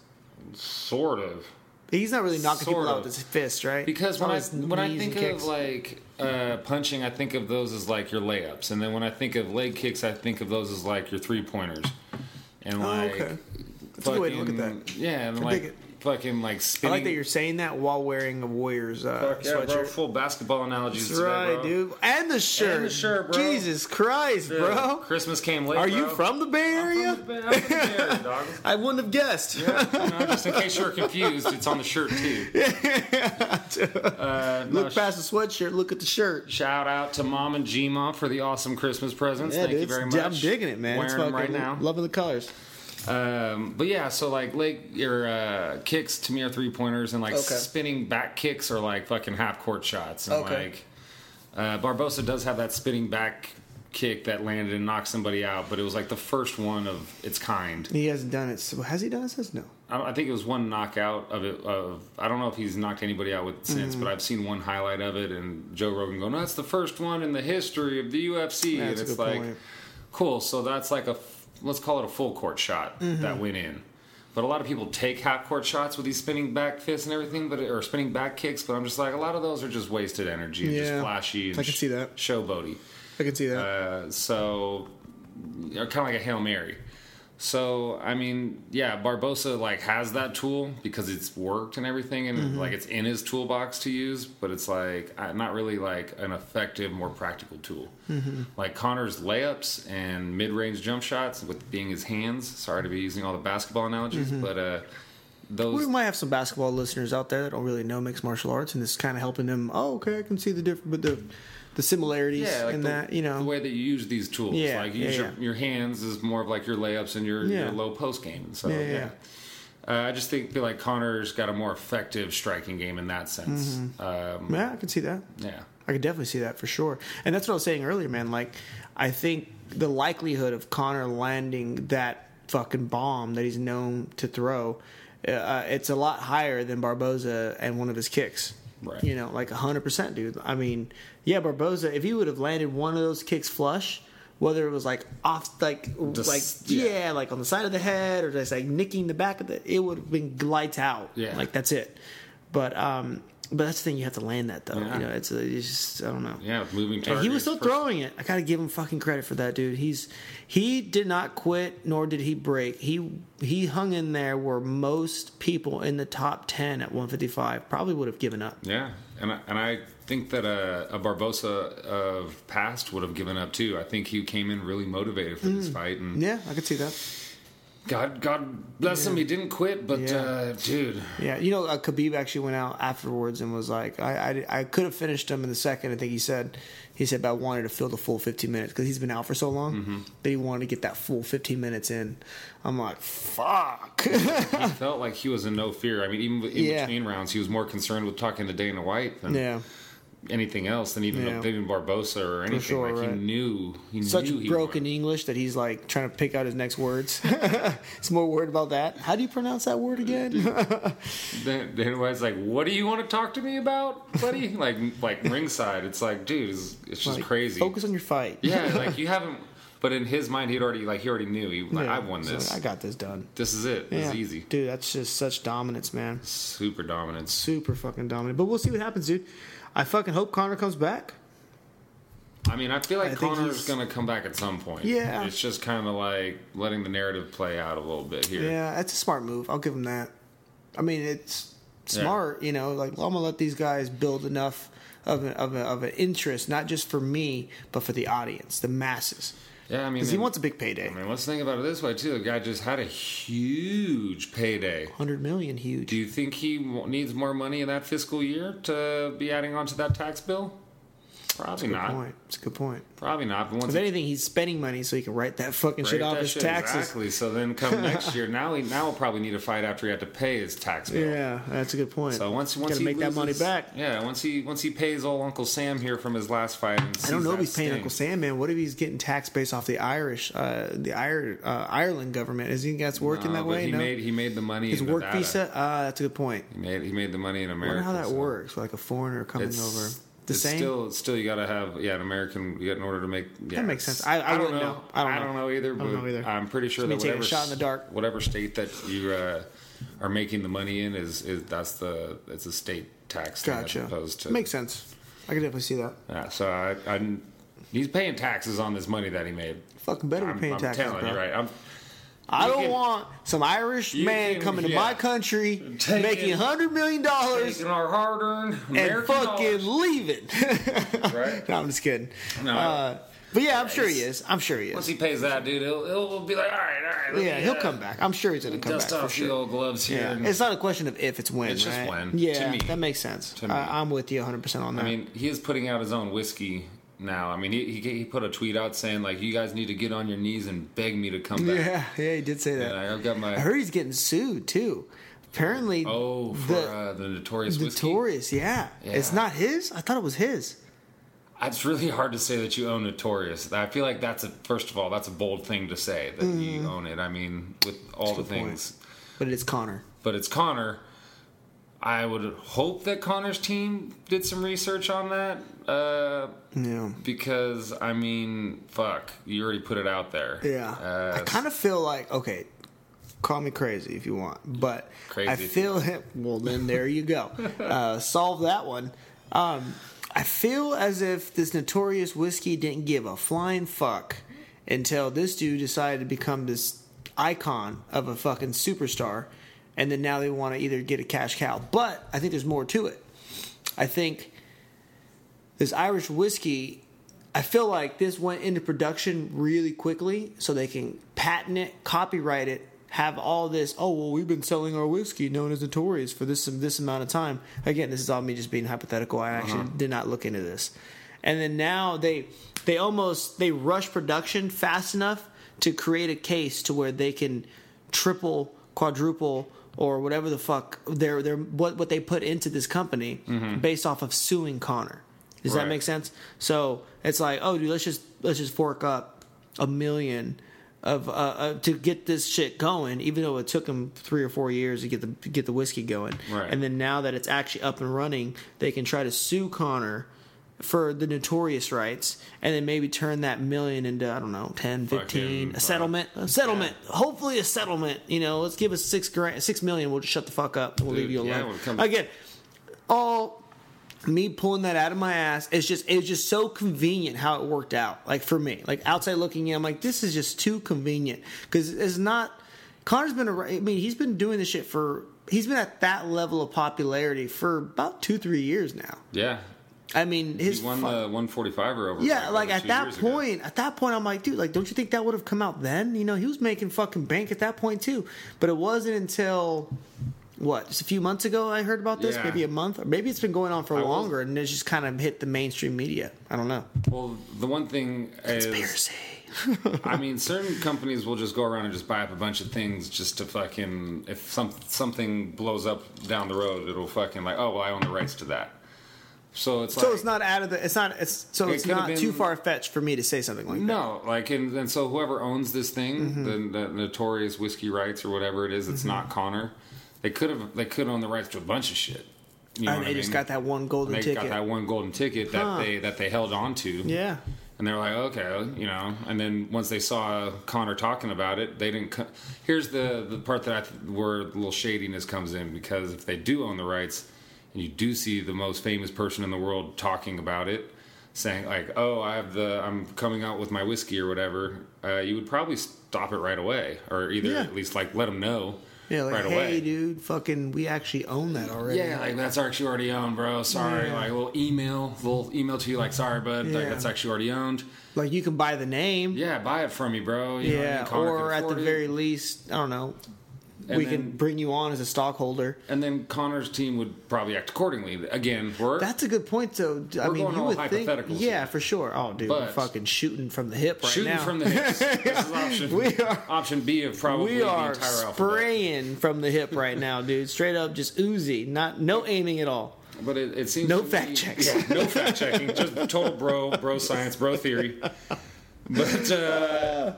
B: sort of.
A: He's not really knocking
B: Sort
A: people out
B: of.
A: with his fist, right?
B: Because
A: It's
B: when
A: all
B: I
A: his
B: when I
A: knees and
B: think of
A: kicks.
B: like uh, punching, I think of those as like your layups, and then when I think of leg kicks, I think of those as like your three pointers, and like
A: Oh, okay. That's a good way to look at
B: fucking-
A: that.
B: Yeah, and
A: I
B: like
A: dig it.
B: fucking like
A: I
B: spinning.
A: like that you're saying that while wearing a Warriors uh,
B: Fuck yeah,
A: sweatshirt.
B: bro, full basketball analogies.
A: That's
B: today,
A: right,
B: bro.
A: dude. And the shirt.
B: shirt, bro.
A: Jesus Christ,
B: Yeah,
A: bro.
B: Christmas came late.
A: Are
B: bro.
A: you from the Bay Area?
B: I'm from the Bay- I'm from the Bay Area, dog.
A: I wouldn't have guessed.
B: You know, just in case you were confused, it's on the shirt too. Uh, no,
A: look past the sweatshirt. Look at the shirt.
B: Shout out to Mom and G-Mom for the awesome Christmas presents. Thank you
A: dude,
B: very
A: it's-
B: much.
A: I'm digging it, man.
B: Wearing
A: It's
B: them right
A: fucking-
B: now.
A: Loving the colors.
B: Um, but yeah, so like leg your uh, kicks to me are three pointers, and like
A: Okay.
B: spinning back kicks are like fucking half court shots. And
A: Okay.
B: like uh, Barbosa does have that spinning back kick that landed and knocked somebody out, but it was like the first one of its kind.
A: He hasn't done it. So has he done it since? No.
B: I I think it was one knockout of it. Of I don't know if he's knocked anybody out with it since,
A: Mm-hmm.
B: but I've seen one highlight of it, and Joe Rogan going, "That's the first one in the history of the UFC," and
A: That's a
B: it's
A: good
B: like,
A: point.
B: cool. So that's like a f- let's call it a full court shot
A: Mm-hmm.
B: that went in. But a lot of people take half court shots with these spinning back fists and everything, but or spinning back kicks. But I'm just like, a lot of those are just wasted energy, and just
A: Yeah.
B: flashy. And
A: I can see that.
B: showboaty.
A: I can see that.
B: Uh, so kind of like a hail mary. So I mean, yeah, Barbosa like has that tool because it's worked and everything, and like it's in his toolbox to use. But it's like uh, not really like an effective, more practical tool. Like Connor's layups and mid-range jump shots with being his hands. Sorry to be using all the basketball analogies, but uh,
A: we
B: those
A: might have some basketball listeners out there that don't really know mixed martial arts, and this is kind of helping them. Oh, okay, I can see the different, but the the similarities
B: yeah, like
A: in
B: the,
A: that, you
B: the
A: know.
B: way that you use these tools.
A: Yeah,
B: like you use
A: yeah,
B: your,
A: yeah.
B: your hands is more of like your layups and your,
A: Yeah.
B: your low post game. So
A: Yeah,
B: yeah,
A: yeah, yeah.
B: Uh, I just think feel like Connor's got a more effective striking game in that sense.
A: Mm-hmm.
B: Um,
A: Yeah, I can see that.
B: yeah,
A: I could definitely see that for sure. And that's what I was saying earlier, man. Like, I think the likelihood of Connor landing that fucking bomb that he's known to throw, uh, it's a lot higher than Barboza and one of his kicks.
B: Right.
A: You know, like 100%, dude. I mean, yeah, Barboza, if he would have landed one of those kicks flush, whether it was like off, like,
B: Just-
A: like yeah. like on the side of the head or just like nicking the back of the, it would have been lights out.
B: Yeah.
A: Like, that's it. But, um, but that's the thing, you have to land that though.
B: Yeah.
A: You know, it's, uh, it's just I don't know.
B: yeah, with moving
A: And
B: targets.
A: he was still
B: first-
A: throwing it. I gotta give him fucking credit for that, dude. He's he did not quit, nor did he break. He he hung in there where most people in the top ten at 155 probably would have given up.
B: Yeah, and I, and I think that uh, a, a Barbosa of past would have given up too. I think he came in really motivated for
A: Mm.
B: this fight, and
A: Yeah, I could see that.
B: God, God bless him, he didn't quit. But
A: Yeah.
B: uh, dude,
A: Yeah, you know, uh, Khabib actually went out afterwards and was like, I, I, I could have finished him in the second. I think he said, he said, but I wanted to fill the full 15 minutes because he's been out for so long
B: Mm-hmm.
A: that he wanted to get that full 15 minutes in. I'm like, fuck.
B: he felt like he was in no fear. I mean, even in
A: Yeah.
B: between rounds, he was more concerned with talking to Dana White than
A: yeah.
B: anything else than even
A: Yeah.
B: than even Barbosa or anything.
A: sure,
B: like
A: right.
B: he knew he
A: Such
B: knew he
A: broken
B: would.
A: English that he's like trying to pick out his next words. He's more worried about that. How do you pronounce that word again?
B: Then, then White's like, "What do you want to talk to me about, buddy?" like like ringside. It's like, dude, it's, it's just
A: Like,
B: crazy.
A: Focus on your fight.
B: Yeah, like you haven't. But in his mind, he'd already like he already knew. He like,
A: Yeah,
B: I've won
A: so
B: this.
A: I got this done.
B: this is it. This
A: Yeah.
B: is easy.
A: Dude, that's just such dominance, man.
B: Super dominance.
A: Super fucking dominant. But we'll see what happens, dude. I fucking hope Connor comes back.
B: I mean, I feel like
A: I think
B: Connor's
A: he's-
B: gonna come back at some point.
A: Yeah.
B: it's just kind of like letting the narrative play out a little bit here.
A: Yeah, that's a smart move. I'll give him that. I mean, it's
B: Yeah.
A: smart, you know. Like I'm gonna let these guys build enough of a, of, a, of an interest, not just for me, but for the audience, the masses,
B: Yeah, I mean,
A: because he
B: and-
A: wants a big payday.
B: I mean, let's think about it this way too. The guy just had a huge payday.
A: Hundred million, huge.
B: Do you think he w- needs more money in that fiscal year to be adding on to that tax bill? Probably
A: Good
B: not.
A: point. It's a good point.
B: Probably not. But once
A: If
B: he
A: anything, he's spending money so he can write that fucking shit
B: Right,
A: off
B: that
A: his
B: shit,
A: taxes.
B: Exactly. So then come next year. Now he now will probably need a fight after he had to pay his tax bill.
A: Yeah, that's a good point.
B: So once once
A: gotta
B: he
A: make that money
B: loses-
A: back.
B: Yeah. Once he once he pays old Uncle Sam here from his last fight. And
A: I don't know if he's paying Uncle Sam, man. What if he's getting taxed based off the Irish, uh, the Ir- uh, Ireland government? Is he that's working that way?
B: Uh, He
A: No,
B: made he made the money.
A: his
B: in
A: work
B: Nevada.
A: visa. Ah, that's a good point.
B: He made he made the money in
A: I
B: America.
A: wonder how that
B: so
A: works. Like a foreigner coming
B: it's-
A: over, the
B: it's
A: same.
B: Still, still, you gotta have yeah, an American yeah, in order to make yeah,
A: That makes
B: it's-
A: sense. I- I
B: don't
A: wouldn't know. I don't know.
B: either. But I
A: know either.
B: am pretty sure
A: me
B: that
A: taking a
B: whatever
A: shot in the
B: s-
A: dark.
B: whatever state that you uh, are making the money in is is that's the it's a state tax thing as
A: gotcha.
B: opposed to
A: Makes sense. I can definitely see that.
B: Yeah, so I, I he's paying taxes on this money that he made.
A: Fucking better be
B: I'm,
A: paying
B: I'm
A: taxes,
B: telling
A: bro.
B: you right. I'm,
A: I
B: You
A: don't
B: can-
A: want some Irish
B: you
A: man
B: can-
A: coming to
B: yeah.
A: my country
B: Taking-
A: making hundred million dollars
B: taking our hard-earned
A: and
B: American
A: fucking leaving.
B: dollars, right.
A: no, I'm just kidding.
B: No,
A: uh, but yeah, I'm sure he
B: he's-
A: is. I'm sure he
B: Once
A: is.
B: he pays that, dude, he'll, he'll be like, all right, all right. let
A: Yeah,
B: me,
A: he'll
B: uh,
A: come back. I'm sure he's gonna come back
B: Dust
A: for
B: off the
A: sure.
B: old gloves here.
A: Yeah,
B: and-
A: it's not a question of if it's when.
B: It's just
A: right?
B: when, to
A: Yeah,
B: me.
A: that makes sense.
B: me.
A: I, I'm with you 100 percent on that.
B: I mean, he is putting out his own whiskey now. I mean, he, he he put a tweet out saying like, "You guys need to get on your knees and beg me to come back."
A: yeah, yeah, he did say that.
B: And I, I've got my
A: I heard he's getting sued too. Apparently,
B: oh for
A: the
B: uh, the notorious
A: the
B: whiskey.
A: Taurus, yeah.
B: Yeah.
A: it's not his. I thought it was his.
B: It's really hard to say that you own Notorious. I feel like that's a first of all, that's a bold thing to say that you own it. I mean, with all
A: Mm-hmm. That's
B: the
A: a good
B: things,
A: But it's Connor.
B: but it's Connor. I would hope that Connor's team did some research on that. Uh,
A: Yeah,
B: because I mean, fuck, you already put it out there.
A: yeah.
B: Uh,
A: I kind of feel like okay. Call me crazy if you want, but
B: Crazy
A: I
B: if you
A: feel him. Well, then there you go. uh, solve that one. Um, I feel as if this notorious whiskey didn't give a flying fuck until this dude decided to become this icon of a fucking superstar, and then now they want to either get a cash cow. But I think there's more to it. I think this Irish whiskey, I feel like this went into production really quickly so they can patent it, copyright it, have all this, oh, well, we've been selling our whiskey known as Notorious for this, this amount of time. Again, this is all me just being hypothetical. I actually did not look into this. And then now they they almost they rush production fast enough to create a case to where they can triple, quadruple, or whatever the fuck their their what what they put into this company based off of suing Connor. Does that
B: Right.
A: make sense? So it's like, oh, dude, let's just let's just fork up a million of uh, uh, to get this shit going, even though it took them three or four years to get the get the whiskey going.
B: Right.
A: And then now that it's actually up and running, they can try to sue Connor for the notorious rights and then maybe turn that million into i don't know 10 15
B: Fucking,
A: a settlement a settlement hopefully a settlement you know let's give us six grand six million we'll just shut the fuck up we'll leave
B: Dude,
A: you
B: yeah,
A: alone
B: we'll come-
A: again all me pulling that out of my ass it's just it's just so convenient how it worked out like for me like outside looking in i'm like this is just too convenient because it's not connor's been a, i mean he's been doing this shit for he's been at that level of popularity for about two three years now
B: yeah.
A: i mean his
B: He won
A: fu-
B: the er 145 or over.
A: yeah,
B: over
A: like at
B: two
A: that
B: years ago.
A: point, at that point, I'm like, dude, like, don't you think that would have come out then? You know, he was making fucking bank at that point too. But it wasn't until what just a few months ago I heard about this,
B: Yeah.
A: maybe a month, or maybe it's been going on for
B: will-
A: longer, and it's just kind of hit the mainstream media. I don't know.
B: Well, the one thing is,
A: Conspiracy.
B: I mean, certain companies will just go around and just buy up a bunch of things just to fucking if some something blows up down the road, it'll fucking like, oh well, I own the rights to that. So it's like
A: So it's not out of the. It's not. It's so
B: It
A: it's
B: could've
A: not too
B: been-
A: far fetched for me to say something like that.
B: No, like and, and so whoever owns this thing,
A: Mm-hmm.
B: the, the notorious whiskey rights or whatever it is, it's not Connor. They could have they could own the rights to a bunch of shit. You know
A: and
B: what
A: they
B: I
A: just
B: mean?
A: got that one golden
B: They
A: ticket.
B: got that one golden ticket that
A: Huh.
B: they that they held on to.
A: yeah.
B: And they're like, okay, you know. And then once they saw Connor talking about it, they didn't. Co- Here's the the part that I th- where the little shadiness comes in because if they do own the rights, and you do see the most famous person in the world talking about it, saying like, oh, I have the, I'm coming out with my whiskey or whatever, uh, you would probably stop it right away, or either
A: Yeah.
B: at least like let them know.
A: Yeah. Like,
B: right
A: hey,
B: away.
A: dude, fucking, we actually own that already.
B: Yeah, like that's actually already owned, bro. Sorry,
A: Yeah.
B: like a little email, little email to you, like sorry, bud, like
A: Yeah.
B: that's actually already owned.
A: Like you can buy the name.
B: Yeah, buy it from me, bro. You know what I mean?
A: Yeah,
B: Connor can
A: or at the
B: afford it.
A: very least, I don't know.
B: And
A: we
B: then-
A: can bring you on as a stockholder.
B: and then Connor's team would probably act accordingly. Again, we're
A: That's a good point, though. I
B: We're
A: mean,
B: going
A: you
B: all
A: would think,
B: hypotheticals
A: yeah,
B: here.
A: for sure. Oh, dude, we're
B: But-
A: fucking shooting from the hip right
B: shooting
A: now.
B: from the hips. This is option.
A: We are-
B: option B of probably
A: we are
B: the entire alphabet.
A: spraying from the hip right now, dude. Straight up, just oozy, not no aiming at all.
B: But it, it seems
A: No
B: to me-
A: fact checks.
B: Yeah, no fact checking. Just total bro, bro science, bro theory. But uh,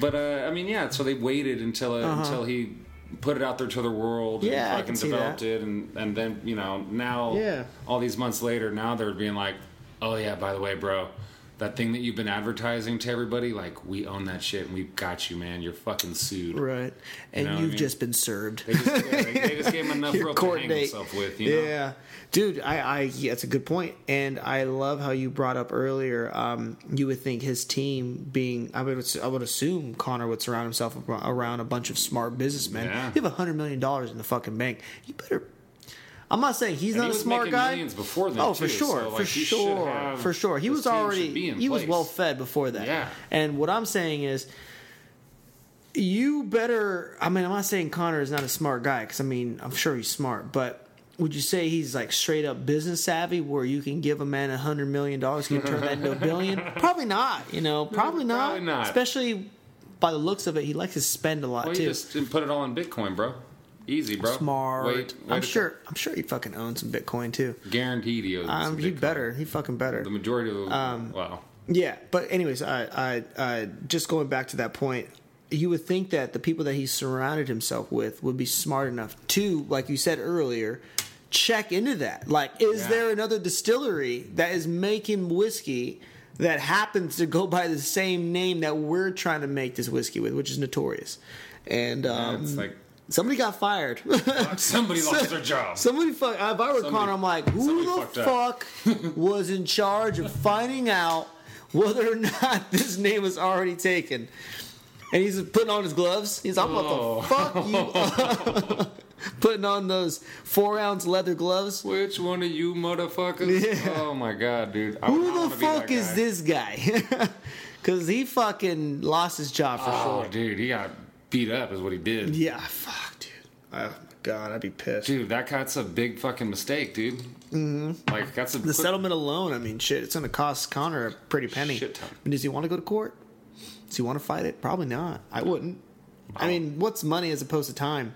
B: but uh, I mean, yeah. So they waited until uh, until he put it out there to the world.
A: Uh-huh. Yeah, I
B: and
A: can
B: fucking
A: see
B: developed
A: that.
B: it, and and then you know now
A: Yeah.
B: all these months later, now they're being like, oh yeah, by the way, bro. That thing that you've been advertising to everybody, like we own that shit and we got you, man. You're fucking sued.
A: Right, and you
B: know what I
A: have
B: mean?
A: just been served.
B: They, just, yeah, they, they just gave him enough
A: Your
B: rope to hang
A: coordinate.
B: himself with. You know?
A: Yeah, dude, I, I yeah, that's a good point, and I love how you brought up earlier. Um, you would think his team being, I would, I would assume Connor would surround himself ab- around a bunch of smart businessmen.
B: Yeah.
A: You have a hundred million dollars in the fucking bank. You better. I'm not saying he's
B: And
A: not
B: he
A: a
B: was
A: smart
B: making
A: guy.
B: millions before then,
A: oh, for
B: too,
A: sure,
B: so, like,
A: for
B: he should
A: sure,
B: have-
A: for sure. He
B: his
A: was
B: team should
A: already
B: be in
A: he was
B: place.
A: well fed before that.
B: Yeah.
A: And what I'm saying is, you better. I mean, I'm not saying Connor is not a smart guy because I mean, I'm sure he's smart, but would you say he's like straight up business savvy where you can give a man a hundred million dollars, can turn that into a billion? Probably not, you know, probably not.
B: probably not.
A: Especially by the looks of it, he likes to spend a lot
B: Well,
A: too.
B: you just put it all in Bitcoin, bro. Easy, bro.
A: Smart.
B: Wait, wait
A: I'm
B: to-
A: sure. I'm sure he fucking owns some Bitcoin too.
B: Guaranteed, he owes us
A: Um,
B: Bitcoin.
A: he better. He fucking better.
B: The majority of um, wow.
A: Yeah, but anyways, I, I, I just going back to that point, you would think that the people that he surrounded himself with would be smart enough to, like you said earlier, check into that. Like, is
B: Yeah.
A: there another distillery that is making whiskey that happens to go by the same name that we're trying to make this whiskey with, which is notorious? And um,
B: It's like
A: somebody got fired.
B: somebody lost their job.
A: Somebody fuck. If I were
B: Somebody-
A: Connor, I'm like, who
B: somebody
A: the
B: fucked up.
A: fuck was in charge of finding out whether or not this name was already taken? And he's putting on his gloves. He's, I'm
B: Oh.
A: about to fuck you up." putting on those four ounce leather gloves.
B: Which one of you motherfuckers?
A: Yeah.
B: Oh my god, dude. I would not
A: Who the
B: wanna be
A: fuck
B: that
A: is
B: guy.
A: this guy? Because he fucking lost his job for
B: Oh,
A: sure.
B: dude, he got beat up, is what he did.
A: Yeah, fuck, dude. Oh my god, I'd be pissed.
B: Dude, that that's a big fucking mistake, dude. Mm-hmm. Like that's a
A: The settlement alone, I mean, shit, it's going to cost Connor a pretty penny.
B: Shit ton.
A: And does he want to go to court? Does he want to fight it? Probably not. I wouldn't. I mean, what's money as opposed to time?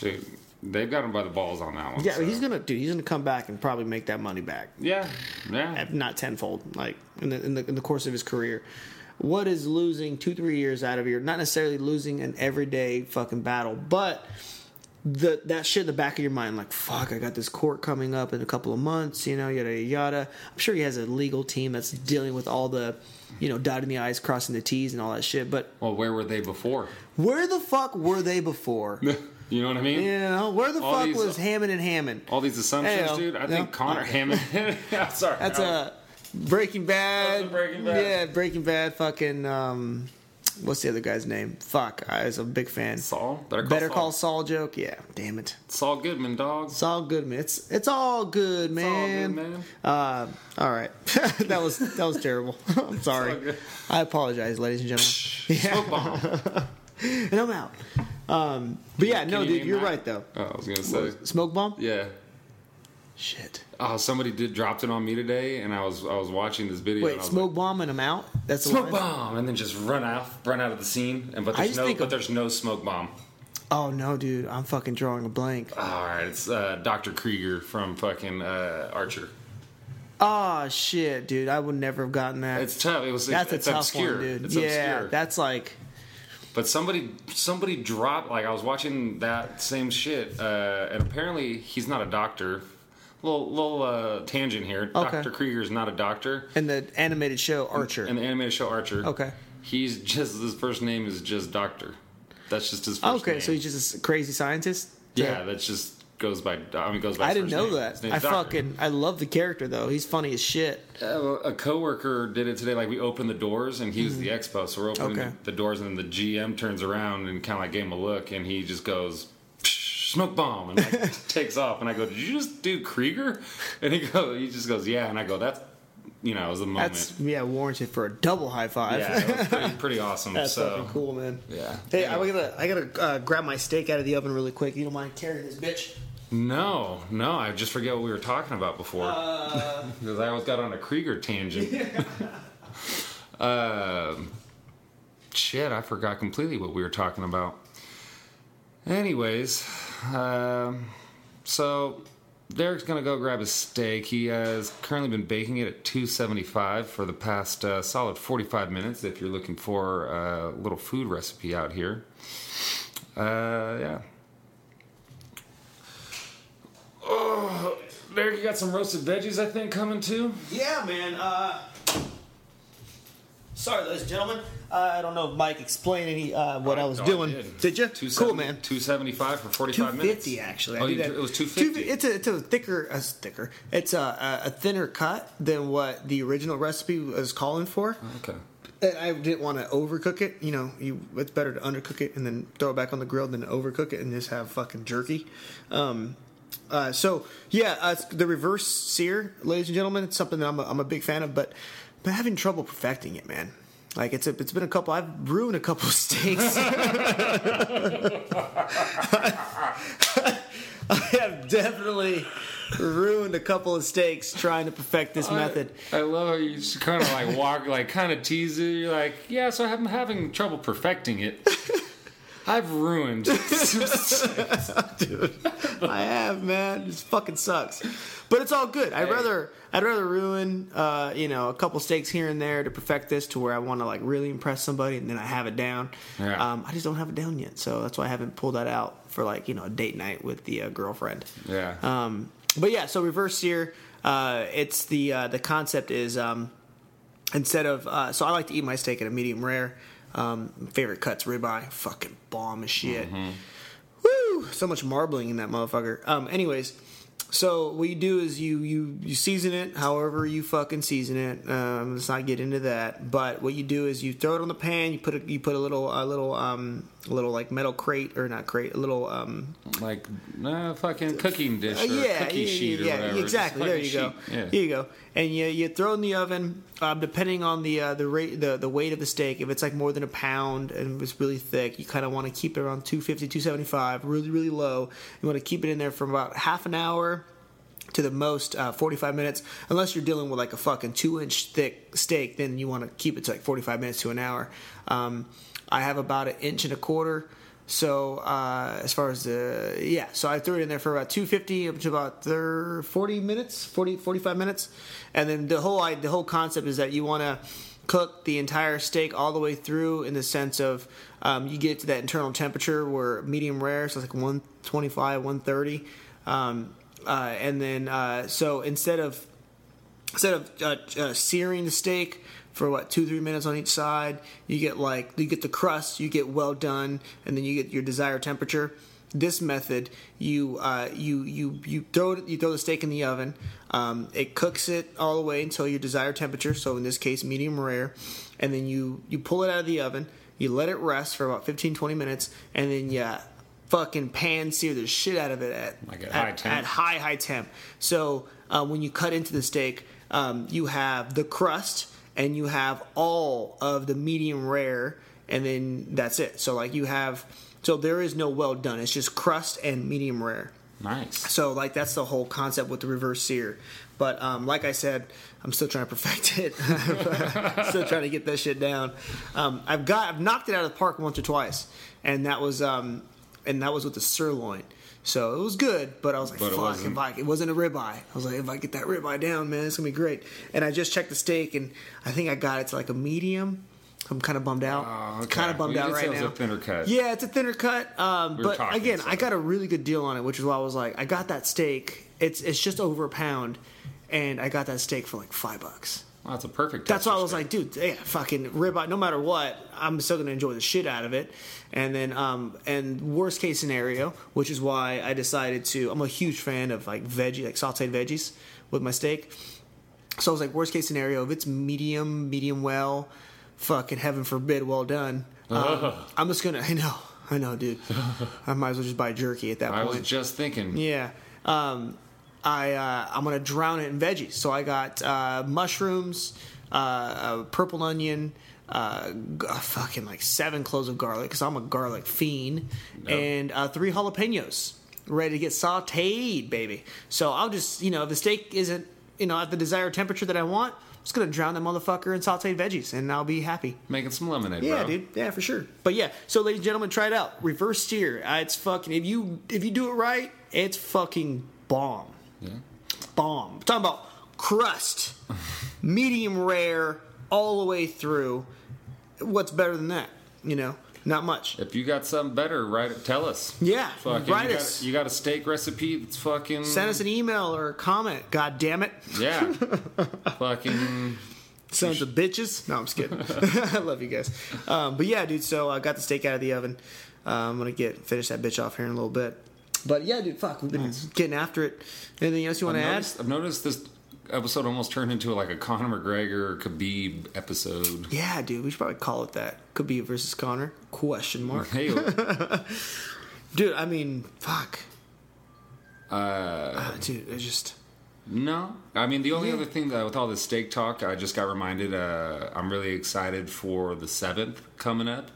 B: dude, they've got him by the balls on that one.
A: Yeah,
B: so.
A: he's gonna, dude. He's gonna come back and probably make that money back,
B: Yeah, yeah.
A: if not tenfold, like in the in the, in the course of his career. What is losing two three years out of your not necessarily losing an everyday fucking battle, but the that shit in the back of your mind, like fuck, I got this court coming up in a couple of months, you know, yada yada. yada. I'm sure he has a legal team that's dealing with all the, you know, dotting the i's, crossing the t's, and all that shit. But
B: Well, where were they before?
A: where the fuck were they before? you
B: You know what I mean?
A: know, where the
B: All
A: fuck
B: these-
A: was Hammond and Hammond?
B: All these assumptions,
A: Hey,
B: dude. I
A: no,
B: think Connor
A: no.
B: Hammond. I'm sorry.
A: That's
B: I-
A: a Breaking Bad.
B: That's a Breaking Bad.
A: Yeah, Breaking Bad. Fucking um, what's the other guy's name? Fuck, I was a big fan.
B: Saul. Better call
A: Better
B: Saul.
A: Call Saul joke. Yeah, damn it.
B: Saul Goodman, dog.
A: It's all good, man. It's it's all good,
B: It's all
A: man.
B: good, man.
A: Uh, all right, that was that was terrible. I'm
B: all
A: sorry.
B: good.
A: I apologize, ladies and gentlemen.
B: Smoke bomb.
A: Yeah, and I'm out. Um, but yeah,
B: Can
A: no,
B: you
A: dude,
B: name
A: you're
B: that?
A: right though.
B: Oh, I was gonna say.
A: Smoke bomb.
B: Yeah.
A: Shit.
B: Oh, somebody did dropped it on me today, and I was I was watching this video. and
A: Wait,
B: I was
A: smoke bomb and I'm out. That's
B: like,
A: the
B: smoke
A: line?
B: bomb, and then just run off, run out of the scene. And but
A: I
B: there's
A: just
B: no
A: think
B: but
A: of-
B: there's no smoke bomb.
A: Oh no, dude, I'm fucking drawing a blank.
B: All right, it's uh, Doctor Krieger from fucking uh, Archer.
C: Oh shit, dude! I would never have gotten that.
B: It's tough. It was
C: that's
B: it's
C: a tough
B: obscure.
C: one, dude.
B: It's
C: yeah,
B: obscure.
C: that's like
B: But somebody somebody dropped like I was watching that same shit, uh, and apparently he's not a doctor. Little little uh, tangent here.
C: Okay.
B: Doctor Krieger's not a doctor.
C: in the animated show Archer.
B: In the animated show Archer.
C: Okay.
B: He's just his first name is just Doctor. That's just his first
C: okay,
B: name.
C: so he's just a s- crazy scientist.
B: Yeah, that just goes by I mean goes by
C: I
B: his
C: didn't
B: first
C: know
B: name.
C: that.
B: His name's
C: I
B: Doctor.
C: fucking I love the character though. He's funny as shit.
B: Uh, a coworker did it today. Like we opened the doors, and he was the expo, so we're opening
C: Mm-hmm. Okay.
B: the, the doors, and then the GM turns around and kind of like gave him a look, and he just goes "Psh, smoke bomb and like takes off. And I go, did you just do Krieger? And he goes, he just goes, yeah. And I go, that's you know, it was the moment.
C: That's yeah, warranted for a double high five.
B: yeah, it was pretty, pretty awesome.
C: that's
B: so
C: fucking cool, man.
B: yeah,
A: Hey, I gotta, I gotta uh, grab my steak out of the oven really quick. You don't mind carrying this bitch?
B: no, no, I just forget what we were talking about before. Because I always got on a Krieger tangent. Um shit, I forgot completely what we were talking about. Anyways, um, so Derek's gonna go grab his steak. He has currently been baking it at 275 for the past uh, solid 45 minutes. If you're looking for a little food recipe out here, uh, yeah. Oh, Derek, you got some roasted veggies, I think, coming too.
A: Yeah, man. Uh, sorry, ladies and gentlemen. Uh, I don't know if Mike explained any uh, what I, was
B: Oh, no,
A: doing.
B: did.
A: Did you? Cool,
B: 270
A: man.
B: 275 for 45 minutes.
A: 250 actually. I
B: Oh,
A: did
B: you,
A: that.
B: it was 250.
A: Two- It's a it's a thicker a thicker. It's a, a a thinner cut than what the original recipe was calling for.
B: okay.
A: And I didn't want to overcook it. You know, you it's better to undercook it and then throw it back on the grill than to overcook it and just have fucking jerky. Um, uh, so yeah, uh, it's the reverse sear, ladies and gentlemen, it's something that I'm a, I'm a big fan of, but but having trouble perfecting it, man. Like it's a, it's been a couple. I've ruined a couple steaks. I have definitely ruined a couple of steaks trying to perfect this method.
B: I, I love how you just kind of like walk, like kind of tease it. You're like, yeah, so I'm having trouble perfecting it. I've ruined.
A: I have, man. It just fucking sucks. But it's all good. I'd rather I'd rather ruin uh, you know, a couple steaks here and there to perfect this to where I want to like really impress somebody and then I have it down.
B: Yeah.
A: Um, I just don't have it down yet. So that's why I haven't pulled that out for like, you know, a date night with the uh, girlfriend.
B: yeah.
A: Um, but yeah, so reverse sear. Uh, it's the uh, the concept is um, instead of uh, so I like to eat my steak at a medium rare. Um, favorite cuts ribeye, fucking bomb as shit. Woo! So much marbling in that motherfucker. Um, anyways, so what you do is you you you season it however you fucking season it. Um, let's not get into that. But what you do is you throw it on the pan. You put a, you put a little a little um a little like metal crate or not crate a little um
B: like, nah, fucking cooking dish
A: uh,
B: or cookie sheet or whatever.
A: exactly.
B: Just
A: There you
B: fucking
A: go.
B: sheet. Yeah.
A: Here you go. And you you throw it in the oven, um, depending on the uh, the rate the, the weight of the steak. If it's like more than a pound and it's really thick, you kind of want to keep it around 250, 275, really really low. You want to keep it in there for about half an hour to the most uh, 45 minutes unless you're dealing with like a fucking two inch thick steak then you want to keep it to like 45 minutes to an hour um, i have about an inch and a quarter so uh, as far as the yeah so i threw it in there for about 250 up to about thir- 40 minutes 40 45 minutes and then the whole I, the whole concept is that you want to cook the entire steak all the way through in the sense of um, you get to that internal temperature where medium rare, so it's like 125, 130. Um, uh, and then, uh, so instead of instead of uh, uh, searing the steak for what two three minutes on each side you get like you get the crust you get well done and then you get your desired temperature this method you uh, you you you throw it, you throw the steak in the oven um, it cooks it all the way until your desired temperature so in this case medium rare and then you you pull it out of the oven you let it rest for about 15 20 minutes and then you fucking pan sear the shit out of it at
B: Like at high temp?
A: at high high temp. So uh, when you cut into the steak, um, you have the crust and you have all of the medium rare, and then that's it. So like you have, so there is no well done. It's just crust and medium rare.
B: Nice.
A: So like that's the whole concept with the reverse sear. But um, like I said, I'm still trying to perfect it. still trying to get that shit down. Um, I've got I've knocked it out of the park once or twice, and that was um, and that was with the sirloin. So it was good, but I was like,
B: But it
A: fuck,
B: wasn't-
A: if I, it wasn't a ribeye. I was like, if I get that ribeye down, man, it's gonna be great. And I just checked the steak, and I think I got it to like a medium. I'm kind of bummed out.
B: Oh, okay.
A: Kind of bummed
B: Well,
A: out
B: this
A: right
B: was
A: now.
B: a thinner cut.
A: Yeah, it's a thinner cut. Um,
B: We were
A: but
B: talking,
A: again,
B: so-
A: I got a really good deal on it, which is why I was like, I got that steak. It's it's just over a pound, and I got that steak for like five bucks.
B: Well, that's a perfect.
A: That's why I
B: texture
A: was
B: steak.
A: like, dude, yeah, fucking ribeye. No matter what, I'm still gonna enjoy the shit out of it. And then, um, and worst case scenario, which is why I decided to. I'm a huge fan of like veggie, like sautéed veggies with my steak. So I was like, worst case scenario, if it's medium, medium well, fucking heaven forbid, well done. Um, I'm just gonna. I know, I know, dude. I might as well just buy jerky at that
B: I
A: point.
B: was just thinking.
A: Yeah. Um, I uh, I'm gonna drown it in veggies. So I got uh, mushrooms, uh, uh, purple onion, uh, g- uh, fucking like seven cloves of garlic because I'm a garlic fiend, and uh, three jalapenos ready to get sautéed, baby. So I'll just you know if the steak isn't you know at the desired temperature that I want, I'm just gonna drown that motherfucker in sautéed veggies, and I'll be happy.
B: Making some lemonade,
A: Yeah,
B: bro.
A: dude. Yeah, for sure. But yeah, so ladies and gentlemen, try it out. Reverse steer. Uh, it's fucking if you if you do it right, it's fucking bomb.
B: Yeah.
A: Bomb. I'm talking about crust, medium rare, all the way through. What's better than that? You know, not much.
B: If you got something better, write it. Tell us.
A: Yeah,
B: Fucking,
A: write
B: you
A: us.
B: Got, you got a steak recipe that's fucking.
A: Send us an email or a comment. God damn it,
B: Yeah. fucking.
A: sons of bitches. No, I'm just kidding. I love you guys. Um, but yeah, dude. So I got the steak out of the oven. Uh, I'm gonna get finish that bitch off here in a little bit. But yeah, dude. Fuck, we've been getting after it. Anything else you want to add?
B: Noticed, I've noticed this episode almost turned into like a Conor McGregor or Khabib episode.
A: Yeah, dude, we should probably call it that. Could be versus Connor? Question mark.
B: Hey, uh,
A: Dude, I mean, fuck. Uh, dude, I just
B: no. I mean, the only other thing that with all this steak talk, I just got reminded. Uh, I'm really excited for the seventh coming up.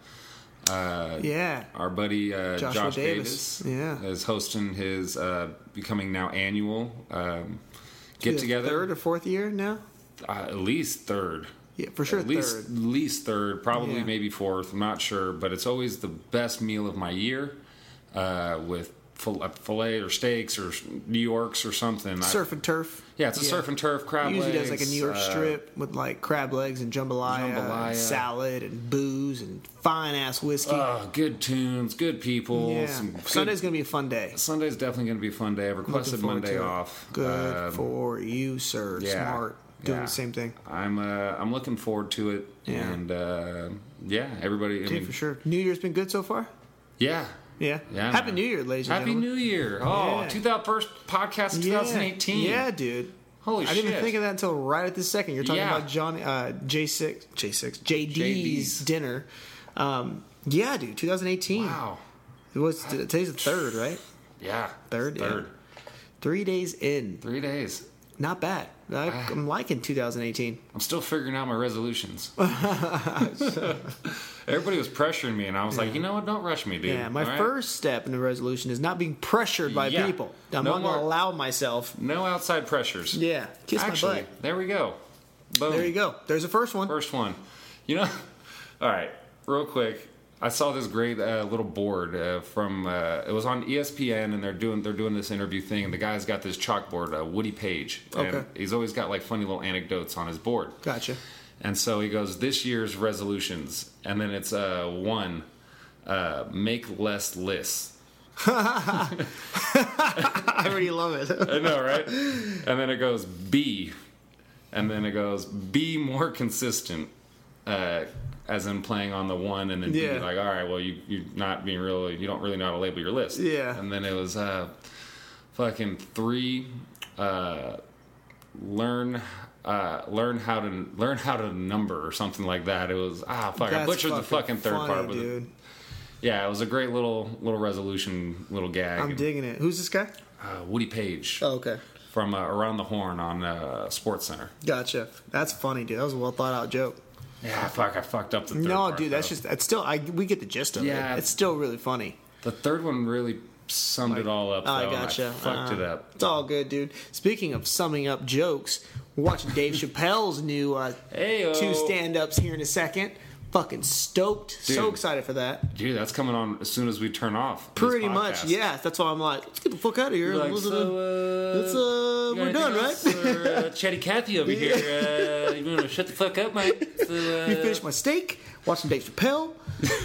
B: uh,
A: yeah.
B: Our buddy uh,
A: Joshua
B: Josh
A: Davis.
B: Davis,
A: Yeah.
B: is hosting his uh, becoming now annual um, get
A: The
B: together.
A: Third or fourth year now?
B: uh, at least third.
A: Yeah, for sure.
B: At least
A: third.
B: least third, probably
A: Yeah.
B: maybe fourth. I'm not sure, but it's always the best meal of my year uh, with fil- uh, fillet or steaks or s- New Yorks or something. I-
A: Surf and turf.
B: yeah, it's a surf and turf crab
A: Usually
B: legs.
A: does like a New York
B: uh,
A: strip with like crab legs and jambalaya,
B: Jambalaya.
A: And salad and booze and fine ass whiskey.
B: uh, good tunes, good people.
A: yeah.
B: some good-
A: Sunday's gonna be a fun day.
B: Sunday's definitely going to be a fun day. I've requested
A: forward
B: Monday
A: to it.
B: off.
A: Good
B: Um,
A: for you, sir.
B: yeah,
A: Smart. Doing
B: yeah.
A: the same thing.
B: I'm uh, I'm looking forward to it,
A: Yeah.
B: and uh, yeah, everybody. I
A: Yeah,
B: mean,
A: for sure. New Year's been good so far?
B: Yeah,
A: Yeah.
B: Yeah,
A: Happy
B: man.
A: New Year, ladies and
B: Happy
A: gentlemen.
B: New Year! Oh,
A: Yeah.
B: 2000 first podcast, of
A: Yeah.
B: 2018.
A: Yeah, dude.
B: holy
A: I
B: shit!
A: didn't even think of that until right at this second. You're talking
B: Yeah.
A: about John uh, J6, J6, JD's,
B: JD's.
A: dinner. Um, yeah, dude, 2018.
B: Wow.
A: It was today's the third, right?
B: Yeah.
A: Third, yeah.
B: Third.
A: Three days in,
B: Three days.
A: not bad. I,
B: Ah.
A: I'm liking 2018.
B: I'm still figuring out my resolutions. Everybody was pressuring me, and I was like, you know what? Don't rush me, dude.
A: Yeah, my
B: All right?
A: first step in the resolution is not being pressured by
B: Yeah.
A: people. I'm
B: No
A: not gonna
B: more-
A: allow myself.
B: No outside pressures.
A: Yeah, kiss my
B: Actually,
A: butt.
B: there we go. Boom.
A: There you go. There's the first one.
B: First one. You know, all right, real quick. I saw this great uh, little board uh, from uh, it was on ESPN, and they're doing they're doing this interview thing, and the guy's got this chalkboard, uh, Woody Page, and
A: Okay.
B: he's always got like funny little anecdotes on his board.
A: Gotcha.
B: And so he goes, this year's resolutions, and then it's uh, one, uh, make less lists.
A: I already love it.
B: I know, right? and then it goes B, and then it goes be more consistent, uh, as in playing on the one, and then
A: Yeah.
B: be like, all right, well, you you're not being really, you don't really know how to label your list.
A: Yeah.
B: And then it was uh, fucking three, uh, learn. Uh, learn how to learn how to number or something like that. It was ah fuck. I
A: That's
B: butchered the fucking third
A: funny,
B: part, but
A: dude.
B: yeah, it was a great little little resolution, little gag.
A: I'm
B: And,
A: digging it. Who's this guy?
B: uh, Woody Page
A: Oh, okay.
B: from uh, Around the Horn on uh, Sports Center.
A: Gotcha. That's funny, dude. That was a well thought out joke.
B: Yeah, fuck, I fucked up the third
A: no,
B: part,
A: dude, that's
B: though.
A: just that's still I we get the gist of
B: Yeah.
A: it. It's still really funny.
B: the third one really summed it all up. Though,
A: I
B: and
A: gotcha.
B: fucked
A: Uh,
B: it up.
A: It's all good, dude. Speaking of summing up jokes, we're watching Dave Chappelle's new uh,
B: Hey,
A: two stand ups here in a second. fucking stoked. So
B: Dude.
A: excited for that.
B: Dude, that's coming on as soon as we turn off. this
A: Pretty much,
B: podcast.
A: yeah. That's why I'm like, let's get the fuck out of here.
B: You're Like,
A: Let's-
B: so, uh,
A: let's, uh,
B: you got
A: we're done,
B: anything
A: right?
B: else? Or, uh, Chatty Cathy over here. Uh, you want to shut the fuck up, mate? So, uh,
A: You finished my steak. Watching Dave Chappelle.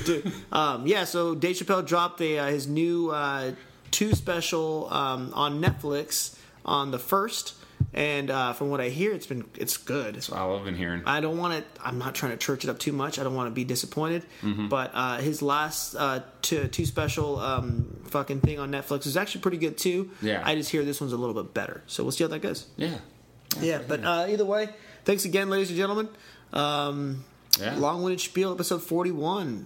A: Dude, um, yeah, so Dave Chappelle dropped the, uh, his new uh, two special um, on Netflix on the first, and uh, from what I hear, it's been it's good.
B: That's all I've been hearing.
A: I don't want to. I'm not trying to church it up too much. I don't want to be disappointed.
B: Mm-hmm.
A: But uh, his last uh, two, two special um, fucking thing on Netflix was actually pretty good too.
B: Yeah.
A: I just hear this one's a little bit better. So we'll see how that goes.
B: yeah.
A: Yeah. But uh, either way, thanks again, ladies and gentlemen. Um,
B: Yeah.
A: Long-winded spiel, episode 41,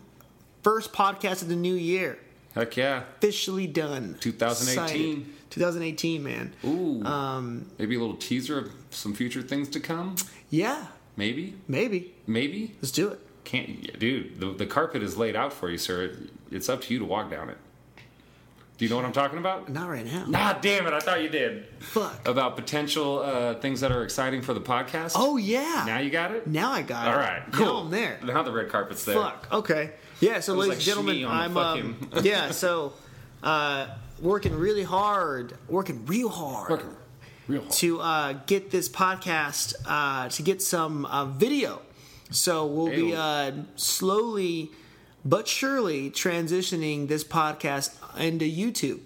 A: first podcast of the new year,
B: Heck yeah.
A: officially done.
B: 2018.
A: Excited. 2018, man.
B: Ooh.
A: Um,
B: maybe a little teaser of some future things to come.
A: Yeah.
B: Maybe.
A: Maybe.
B: Maybe.
A: Let's do it.
B: Can't, yeah, dude. The, the carpet is laid out for you, sir. It, it's up to you to walk down it. Do you know what I'm talking about?
A: Not right now.
B: Ah, damn it! I thought you did.
A: Fuck.
B: About potential uh, things that are exciting for the podcast.
A: Oh yeah.
B: now you got it.
A: Now I got it.
B: All right,
A: Now
B: cool.
A: I'm there.
B: Now the red carpet's there.
A: Fuck. Okay. Yeah. So,
B: was
A: ladies
B: like
A: and gentlemen,
B: Shmi on
A: I'm
B: the
A: um, yeah. So, uh, working really hard, working real hard,
B: Fucking Real. hard.
A: to uh, get this podcast uh, to get some uh, video. So we'll be
B: Ew.
A: uh, slowly but surely transitioning this podcast into YouTube,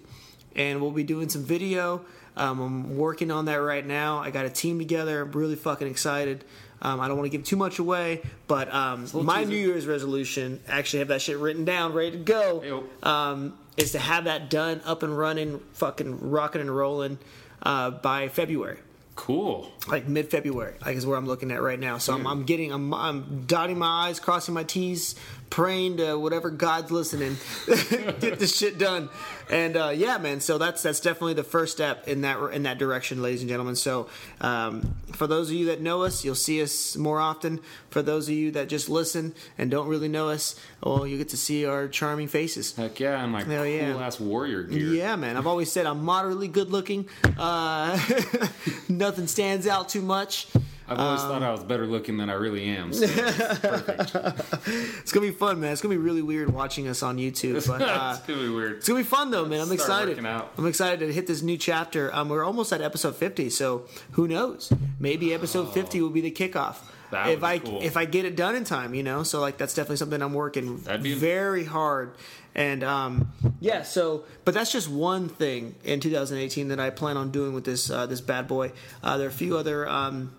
A: and we'll be doing some video. Um, I'm working on that right now. I got a team together. I'm really fucking excited. Um, I don't want to give too much away, but um,
B: little
A: my
B: teaser.
A: New Year's resolution I actually have that shit written down, ready to go
B: Ew.
A: um, is to have that done, up and running, fucking rocking and rolling uh, by February,
B: Cool.
A: like mid February, like is where I'm looking at right now. So I'm, I'm getting, I'm, I'm dotting my I's, crossing my T's, praying to whatever God's listening, get this shit done. And uh, yeah, man, so that's that's definitely the first step in that in that direction, ladies and gentlemen. So um, for those of you that know us, you'll see us more often. For those of you that just listen and don't really know us, well, you get to see our charming faces.
B: Heck yeah! I'm like
A: Hell
B: cool
A: yeah.
B: ass warrior gear.
A: Yeah, man. I've always said I'm moderately good looking. Uh, nothing stands out too much.
B: I've always
A: um,
B: thought I was better looking than I really am. So it's perfect.
A: It's gonna be fun, man. It's gonna be really weird watching us on YouTube, but. Uh,
B: it's gonna be weird.
A: It's gonna be fun though, man. I'm
B: Start
A: excited.
B: working out.
A: I'm excited to hit this new chapter. Um, we're almost at episode 50, so who knows? Maybe episode 50 will be the kickoff.
B: That
A: if
B: would be
A: I
B: cool.
A: if I get it done in time, you know. So like that's definitely something I'm working
B: That'd be-
A: very hard. And um, yeah, so but that's just one thing in 2018 that I plan on doing with this uh, this bad boy. Uh, there are a few other. Um,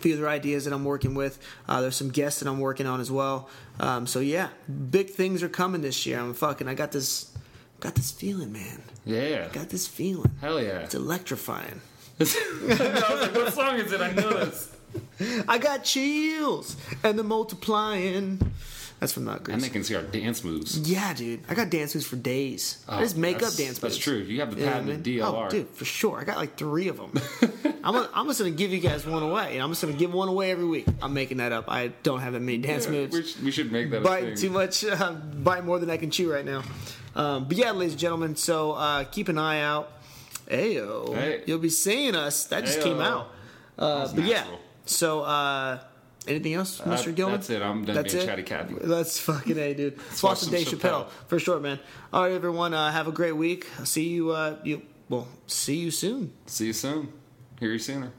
A: few other ideas that I'm working with. Uh, there's some guests that I'm working on as well. Um, so yeah, big things are coming this year. I'm fucking. I got this. Got this feeling, man.
B: Yeah.
A: Got this feeling.
B: Hell yeah.
A: It's electrifying.
B: I was like, what song is it? I know this.
A: I got chills and the multiplying. That's from Not
B: And
A: Grease.
B: they can see our dance moves.
A: yeah, dude. I got dance moves for days. I just make up
B: Oh, that's-
A: dance moves.
B: That's true. You have the
A: You know what I
B: patented
A: mean?
B: DLR.
A: Oh, dude, for sure. I got like three of them. I'm, gonna, I'm just gonna give you guys one away. I'm just gonna give one away every week. I'm making that up. I don't have that many dance moves.
B: We, should, we should make that a
A: bite
B: thing.
A: too much, uh, bite more than I can chew right now. Um, but yeah, ladies and gentlemen, so uh, keep an eye out. Ayo,
B: Hey.
A: you'll be seeing us. That just came
B: Ayo.
A: out. Uh,
B: was
A: but yeah,
B: natural.
A: so uh, anything else,
B: Uh,
A: Mr. Gilman?
B: That's it. I'm done
A: That's
B: being
A: it?
B: chatty catty.
A: That's fucking a dude. Let's watch
B: watch
A: some
B: some
A: Dave Chappelle
B: Chappelle.
A: for sure, man. All right, everyone, uh, have a great week. I'll see you. Uh, you well, see you soon.
B: See you soon. Hear you sooner.